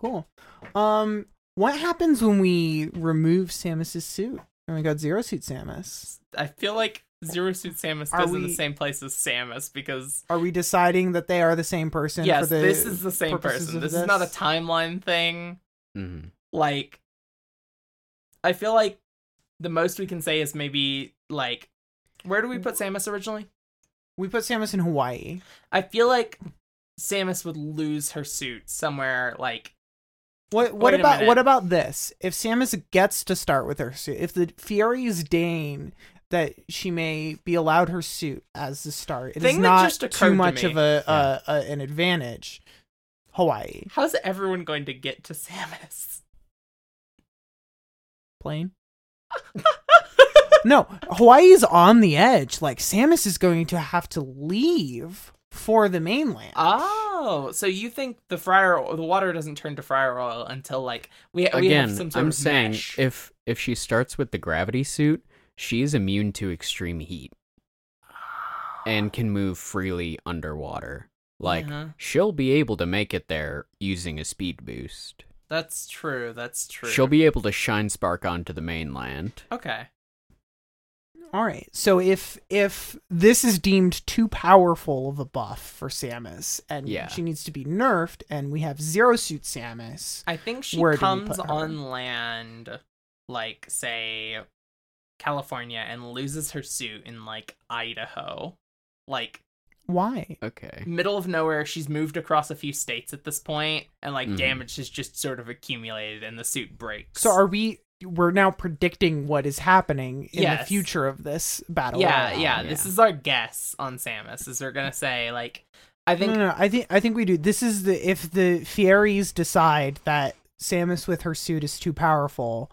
Cool. Um, what happens when we remove Samus's suit and we got zero suit Samus?
I feel like Zero Suit Samus
Are
goes in the
we-
same place as Samus because
Are we deciding that they are the same person? for
yes,
the...
this is the same
purposes
person.
of
this is not a
this?
timeline thing.
hmm
like I feel like the most we can say is maybe like where do we put Samus originally?
we put Samus in Hawaii.
I feel like Samus would lose her suit somewhere like
What what
Wait a
about
minute.
what about this? If Samus gets to start with her suit, if the Furies deign that she may be allowed her suit as the start, it is
Thing that
not
just occurred
too
to
much
me.
of a, a, a an advantage. Hawaii
how's everyone going to get to Samus?
plane. no, Hawaii is on the edge. Like Samus is going to have to leave for the mainland.
Oh, so you think the fryer the water doesn't turn to fryer oil until like we, we have
Again,
some sort
I'm
of
saying
mesh.
if if she starts with the gravity suit, she's immune to extreme heat and can move freely underwater. Like
Uh-huh.
she'll be able to make it there using a speed boost.
that's true, that's true.
She'll be able to shine spark onto the mainland.
okay.
All right. So if if this is deemed too powerful of a buff for Samus, and
Yeah.
she needs to be nerfed, and we have zero suit Samus,
I think she
Where do we
comes
put her?
on land, like say California, and loses her suit in like Idaho, like
why?
Okay.
middle of nowhere. She's moved across a few states at this point, and like
Mhm.
damage has just sort of accumulated, and the suit breaks.
Mm-hmm. So are we? We're now predicting what is happening in the
Yes.
future of this battle.
yeah,
royale.
yeah,
yeah.
This is our guess on Samus. Is they're gonna say like, I
No,
think
no, no, I think I think we do. This is the if the Fieries decide that Samus with her suit is too powerful,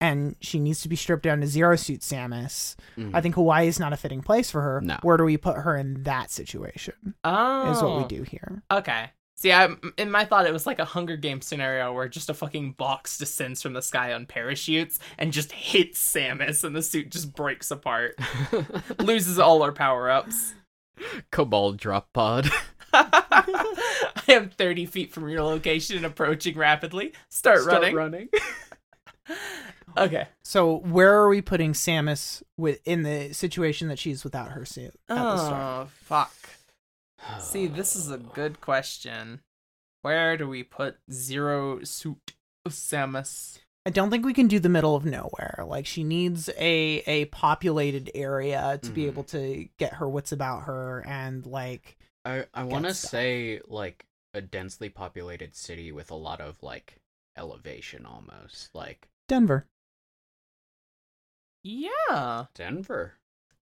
and she needs to be stripped down to zero suit Samus.
Mhm.
Mm-hmm.
I think Hawaii is not a fitting place for her.
No.
Where do we put her in that situation?
Oh,
Mm. Is what we do here.
Okay. See, I in my thought it was like a Hunger Games scenario where just a fucking box descends from the sky on parachutes and just hits Samus, and the suit just breaks apart, loses all our power ups.
Cabal drop pod.
I am 30 feet from your location and approaching rapidly. Start, running. Okay.
So where are we putting Samus with in the situation that she's without her suit at the start?
Oh, fuck. See,
Uh.
this is a good question. Where do we put Zero Suit Samus?
I don't think we can do the middle of nowhere. Like she needs a a populated area to be
Mhm.
able to get her wits about her and like
I I want to
Gets stuck.
say like a densely populated city with a lot of like elevation almost like
Denver.
Yeah,
Denver.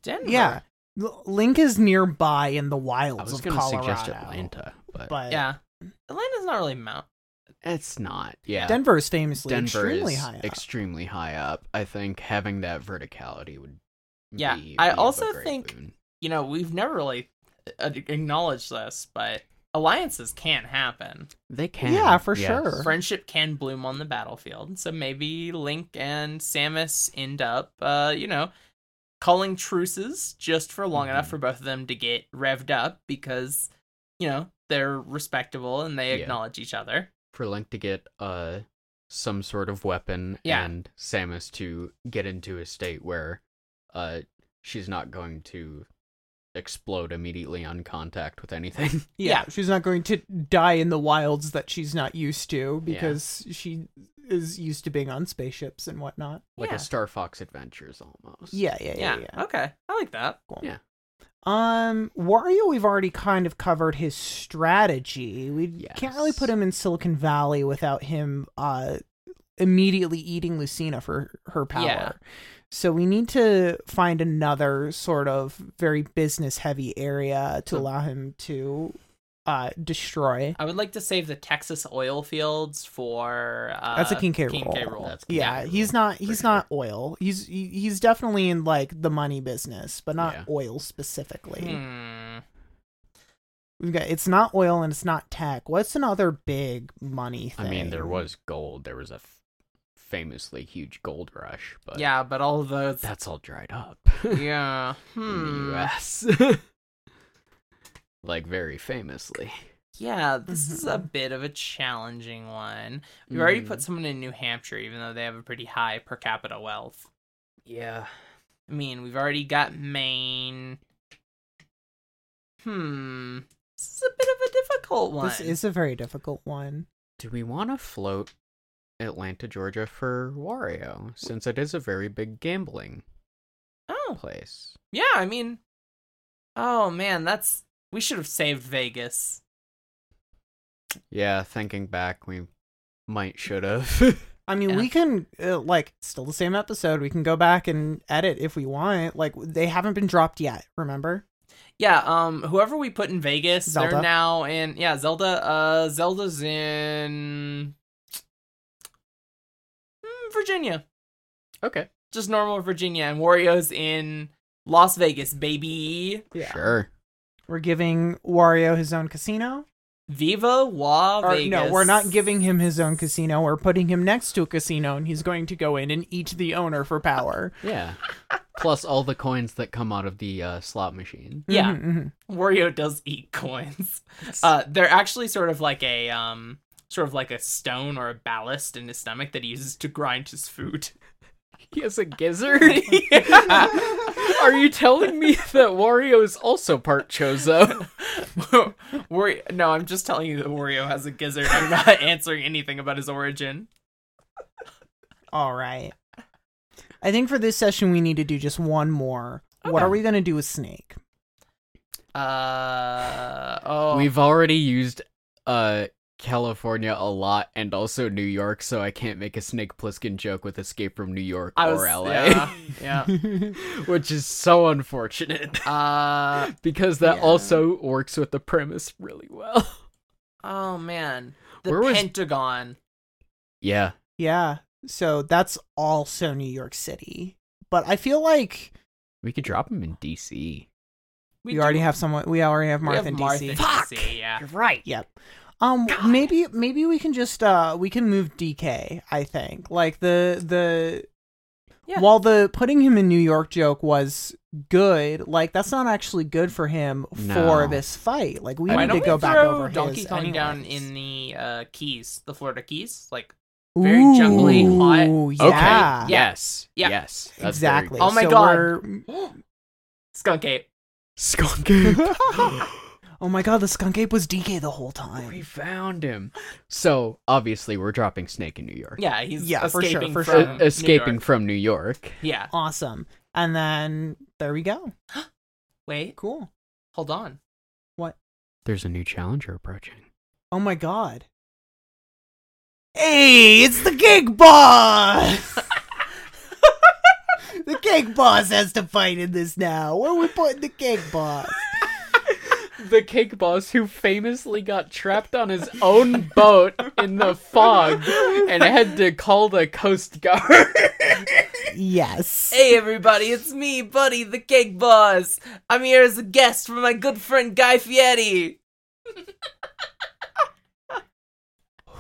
Denver.
Yeah. L- Link is nearby in the
I
wilds
was
of
going to
Colorado.
suggest Atlanta, but,
But
Yeah. Atlanta's not really mount.
it's not. Yeah.
Denver is famously
Denver
extremely
is
high up.
extremely high up. I think having that verticality would
Yeah,
be-
I
be of a
also
great
think-
boon.
You know, we've never really uh, acknowledged this, but alliances can happen.
they can.
Yeah, for
yes.
sure.
Friendship can bloom on the battlefield. So maybe Link and Samus end up, uh, you know, calling truces just for long enough
Mhm.
for both of them to get revved up because, you know, they're respectable and they
Yeah.
acknowledge each other.
For Link to get uh some sort of weapon
Yeah.
and Samus to get into a state where uh she's not going to explode immediately on contact with anything.
Yeah, she's not going to die in the wilds that she's not used to because she is used to being on spaceships and whatnot.
like
Yeah.
a Star Fox Adventures almost.
Yeah, yeah, yeah,
Yeah.
yeah.
Okay. I like that.
Cool.
Yeah.
Um, Wario, we've already kind of covered his strategy. We can't really
Yes.
put him in Silicon Valley without him uh immediately eating Lucina for her power.
Yeah.
So we need to find another sort of very business heavy area to
So-
allow him to uh destroy.
I would like to save the Texas oil fields for uh,
That's a King K.
King
role.
K. Rool.
That's
yeah,
King K.
he's
Rool,
not
for
he's
sure.
not oil. He's he- he's definitely in like the money business, but not
Yeah.
oil specifically.
Hmm.
We've got it's not oil and it's not tech. What's another big money thing?
I mean, there was gold. There was a f- famously huge gold rush, but
Yeah, but all of those.
that's all dried up.
yeah.
in
Hmm.
the US. like very famously.
Yeah, this is a
Mhm.
bit of a challenging one. We've already
Mm-hmm.
put someone in New Hampshire, even though they have a pretty high per capita wealth.
Yeah.
I mean, we've already got Maine. Hmm. This is a bit of a difficult one.
This is a very difficult one.
Do we want to float Atlanta, Georgia for Wario since it is a very big gambling
Oh,
place?
yeah, I mean. Oh, man, that's. We should have saved Vegas.
Yeah, thinking back, we might should have.
I mean,
Yeah.
we can uh, like still the same episode. We can go back and edit if we want. Like they haven't been dropped yet. Remember?
Yeah, um, whoever we put in Vegas, they're
Zelda.
now in. Yeah, Zelda. Uh, Zelda's in. mm, Virginia.
okay.
just normal Virginia, and Wario's in Las Vegas, baby.
Yeah.
Sure.
We're giving Wario his own casino.
Viva Wa
Or,
Vegas.
no, we're not giving him his own casino. We're putting him next to a casino, and he's going to go in and eat the owner for power.
Yeah. Plus all the coins that come out of the uh, slot machine.
Yeah.
Mhm, mhm.
Wario does eat coins. Uh, they're actually sort of like a um, sort of like a stone or a ballast in his stomach that he uses to grind his food.
He has a gizzard. Are you telling me that Wario is also part Chozo?
Wario, no, I'm just telling you that Wario has a gizzard. I'm not answering anything about his origin.
All right. I think for this session, we need to do just one more. What
Okay.
are we going to do with Snake?
Uh oh.
We've already used uh California a lot and also New York, so I can't make a Snake Plissken joke with Escape from New York
I was,
or LA.
Yeah. yeah.
Which is so unfortunate.
Uh,
Because that
Yeah.
also works with the premise really well.
Oh man, the
Where was-
Pentagon.
Yeah.
yeah.
So that's also New York City. But I feel like
We could drop him in DC.
we, already have someone. We already have
we
Martha
have
in
Martha
DC.
in DC. Yeah.
You're right.
Yep. Um,
God.
maybe maybe we can just uh we can move DK. I think like the the
Yeah.
while the putting him in New York joke was good, like that's not actually good for him
No.
for this fight. Like we
Why
Why
need
don't
to
we throw
go back over
Donkey
his
Kong down
anyways.
in the uh, Keys, the Florida Keys? Like, very jungly, hot.
Ooh,
Okay.
Yeah.
Yes.
Yeah.
Yes. That's very
Exactly.
good.
Oh my
So
God.
we're-
Skunk Ape.
Skunk Ape.
Oh my god, the skunk ape was DK the whole time.
we found him. So obviously we're dropping Snake in New York.
Yeah, he's
Yeah, for sure,
escaping
for
E-
sure.
from New
escaping
York.
from New York.
Yeah.
Awesome. And then there we go.
Wait.
Cool.
Hold on.
There's a new challenger approaching.
Oh my god. Hey, it's the cake boss. the cake boss has to fight in this now. Where are we putting the cake boss?
The cake boss who famously got trapped on his own boat in the fog and had to call the coast guard.
Yes.
Hey everybody, it's me, Buddy, the Cake Boss. I'm here as a guest for my good friend Guy Fieri.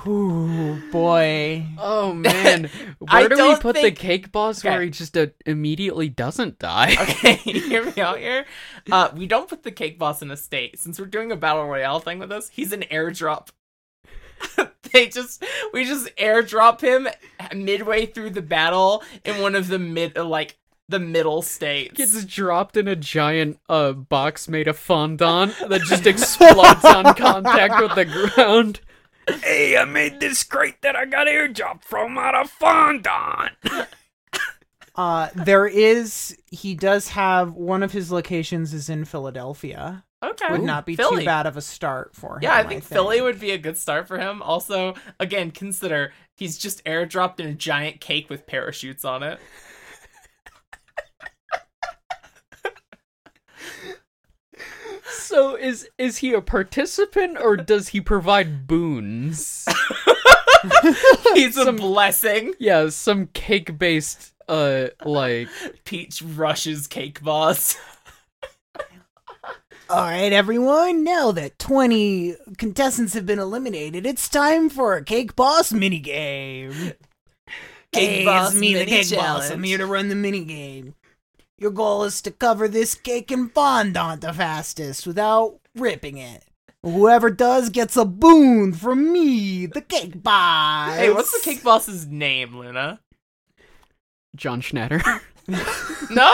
Ooh, boy.
Oh man,
I
where do we
don't
put
think-
the cake boss where
Okay.
he just uh, immediately doesn't die?
Okay, hear me out here. Uh, we don't put the Cake Boss in a state since we're doing a battle royale thing with us. He's an airdrop. they just we just airdrop him midway through the battle in one of the mid uh, like the middle states.
Gets dropped in a giant uh box made of fondant that just explodes on contact with the ground. Hey, I made this crate that I got airdropped from out of fondant.
Uh there is he does have one of his locations is in Philadelphia.
okay,
Would not be
Philly.
too bad of a start for him.
Yeah, I think Philly would be a good start for him. Also, again, consider he's just airdropped in a giant cake with parachutes on it.
So is is he a participant or does he provide boons?
He's a
Some-
blessing.
Yeah, some cake based uh like
Peach rushes cake boss.
All right, everyone. Now that 20 contestants have been eliminated, it's time for a Cake Boss minigame.
Cake
hey,
Boss
it's me, the
mini
Cake Boss. I'm
challenge.
here to run the minigame. Your goal is to cover this cake in fondant the fastest without ripping it. Whoever does gets a boon from me, the Cake Boss.
Hey, what's the cake boss's name, Luna?
John Schnatter.
No,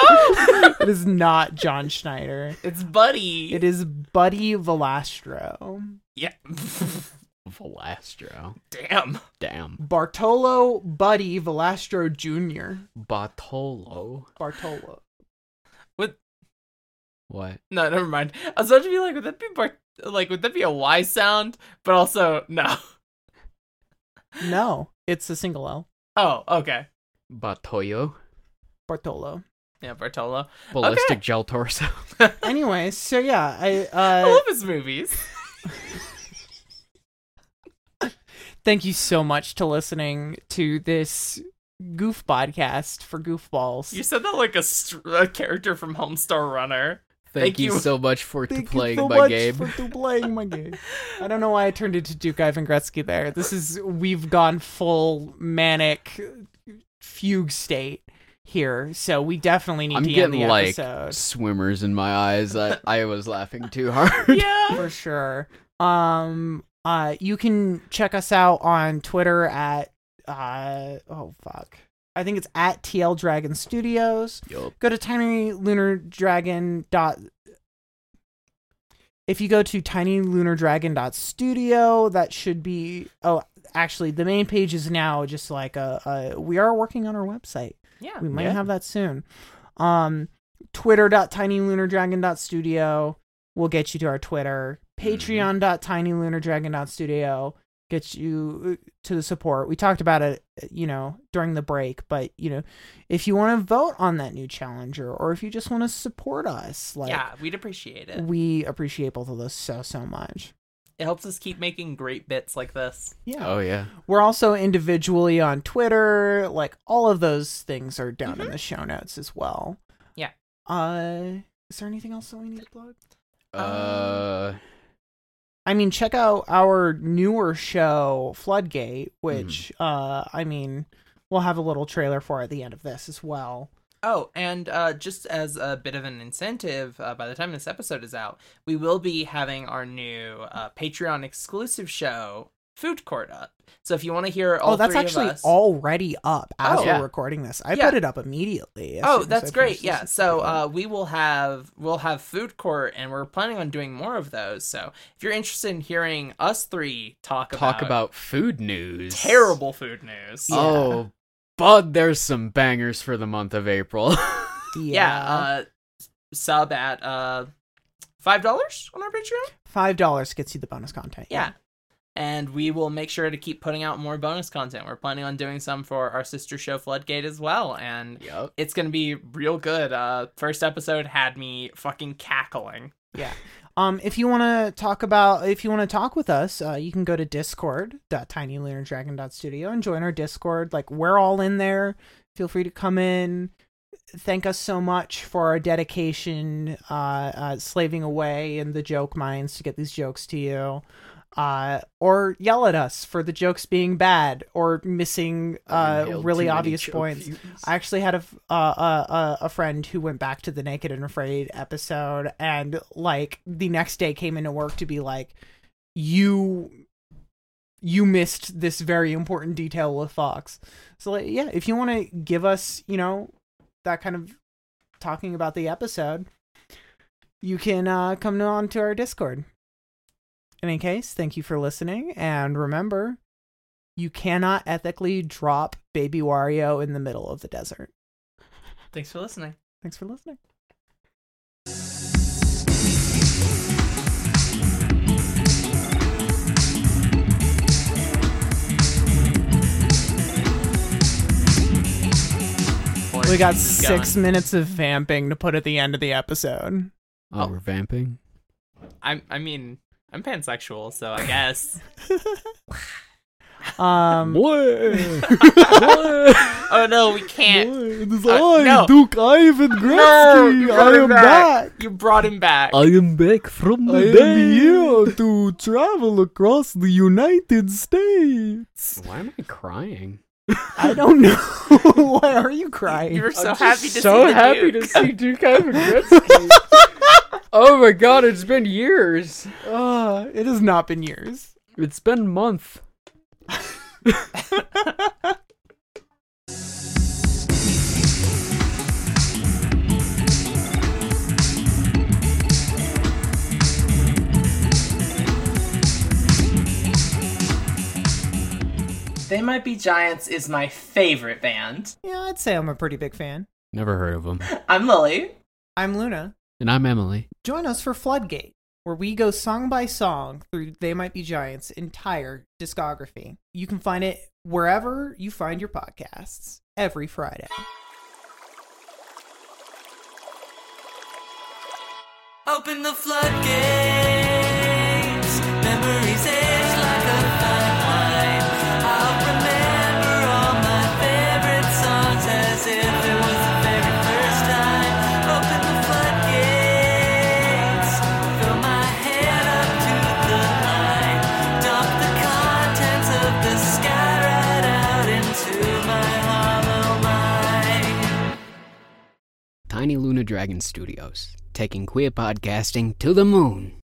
It is not John Schneider.
it's Buddy.
It is Buddy Velastro.
yeah.
Velastro.
Damn.
Damn.
Bartolo Buddy Velastro Jr.
Bartolo.
Bartolo.
What?
No, never mind. I was about to be like, would that be bar- like, would that be a Y sound? But also, no.
No, it's a single L.
Oh, okay.
Batoyo?
Bartolo.
Yeah, Bartolo.
Ballistic gel torso.
Anyway, so yeah, I
I
uh
love his movies.
thank you so much to listening to this goof podcast for goofballs.
You said that like a, str- a character from Homestar Runner.
Thank,
Thank
you,
you.
so much for to
Thank you
playing
so
by
much
Gabe.
for to playing my game. I don't know why I turned into Duke Ivan Gretzky there. This is we've gone full manic fugue state here, so we definitely need
I'm
to end
getting
the
like
episode
swimmers in my eyes. I, I was laughing too hard.
Yeah.
for sure. Um, uh, you can check us out on Twitter at uh oh fuck, I think it's at TL Dragon Studios.
Yup.
Go to tinylunardragon dot. If you go to tinylunardragon.studio, that should be. Oh, actually, the main page is now just like a. a we are working on our website.
Yeah.
We might
Yeah.
have that soon. Um, Twitter.tinylunardragon.studio will get you to our Twitter. Patreon.tinylunardragon.studio gets you uh, to the support. We talked about it, uh, you know, during the break, but you know, if you want to vote on that new challenger or if you just want to support us, like
yeah, we'd appreciate it.
we appreciate both of those so so much.
It helps us keep making great bits like this.
Yeah.
Oh yeah.
We're also individually on Twitter. Like all of those things are down in the show notes as well.
Mm-hmm. Yeah.
Uh is there anything else that we need to plug?
Uh
I mean, check out our newer show, Floodgate,
Mm-hmm.
which uh I mean, we'll have a little trailer for at the end of this as well.
Oh, and uh, just as a bit of an incentive, uh, by the time this episode is out, we will be having our new uh, Patreon exclusive show, Food Court, up. So if you want to hear all
oh, that's
three
actually
of us,
already up as
Oh.
we're
Yeah.
recording this. I
Yeah.
put it up immediately. as soon
Oh,
as I
that's great.
finished
Yeah.
this
So
episode.
uh, we will have we'll have food court, and we're planning on doing more of those. So if you're interested in hearing us three talk
talk about food news.
terrible food news,
Yeah.
Oh, but there's some bangers for the month of April.
yeah, uh, sub at uh, five dollars on our Patreon.
Five dollars gets you the bonus content.
Yeah. And we will make sure to keep putting out more bonus content. We're planning on doing some for our sister show Floodgate as well, and
yep.
it's gonna be real good. Uh, first episode had me fucking cackling.
Um, if you want to talk about, if you want to talk with us, uh, you can go to discord.tinylunardragon.studio and join our Discord. Like, we're all in there. Feel free to come in. Thank us so much for our dedication, uh, uh, slaving away in the joke mines to get these jokes to you. Uh, or yell at us for the jokes being bad or missing uh, really obvious points. I actually had a f- uh, uh, uh, a friend who went back to the Naked and Afraid episode, and like the next day came into work to be like, "You, you missed this very important detail with Fox." So like, yeah, if you want to give us, you know, that kind of talking about the episode, you can uh, come on to our Discord. In any case, thank you for listening, and remember you cannot ethically drop baby Wario in the middle of the desert.
Thanks for listening.
Thanks for listening.
Lord
We got
Jesus,
six
Gavin.
minutes of vamping to put at the end of the episode.
Oh, we're vamping.
I'm. I mean, I'm pansexual, so I guess.
Um,
oh no, we can't.
It's
Uh, no.
Duke Ivan
you brought him You brought him back.
am back from
to travel across the United States.
Why am I crying?
I don't know. Why are you crying?
you were so
I'm
happy to
just so
see the
happy
Duke.
to see Duke Ivan Gretzky. oh my god, it's been years.
Ah, it has not been years.
It's been month.
They Might Be Giants is my favorite band.
Yeah, I'd say I'm a pretty big fan.
Never heard of him.
I'm Lily.
I'm Luna.
And I'm Emily.
Join us for Floodgate, where we go song by song through They Might Be Giants' entire discography. You can find it wherever you find your podcasts every Friday.
Open the floodgates. Memories age like a fine wine. I'll remember all my favorite songs as if it was the very first time. Open the floodgates. Fill my head up to the line. Dump the contents of the sky right out into my hollow mind.
Tiny Luna Dragon Studios, taking queer podcasting to the moon.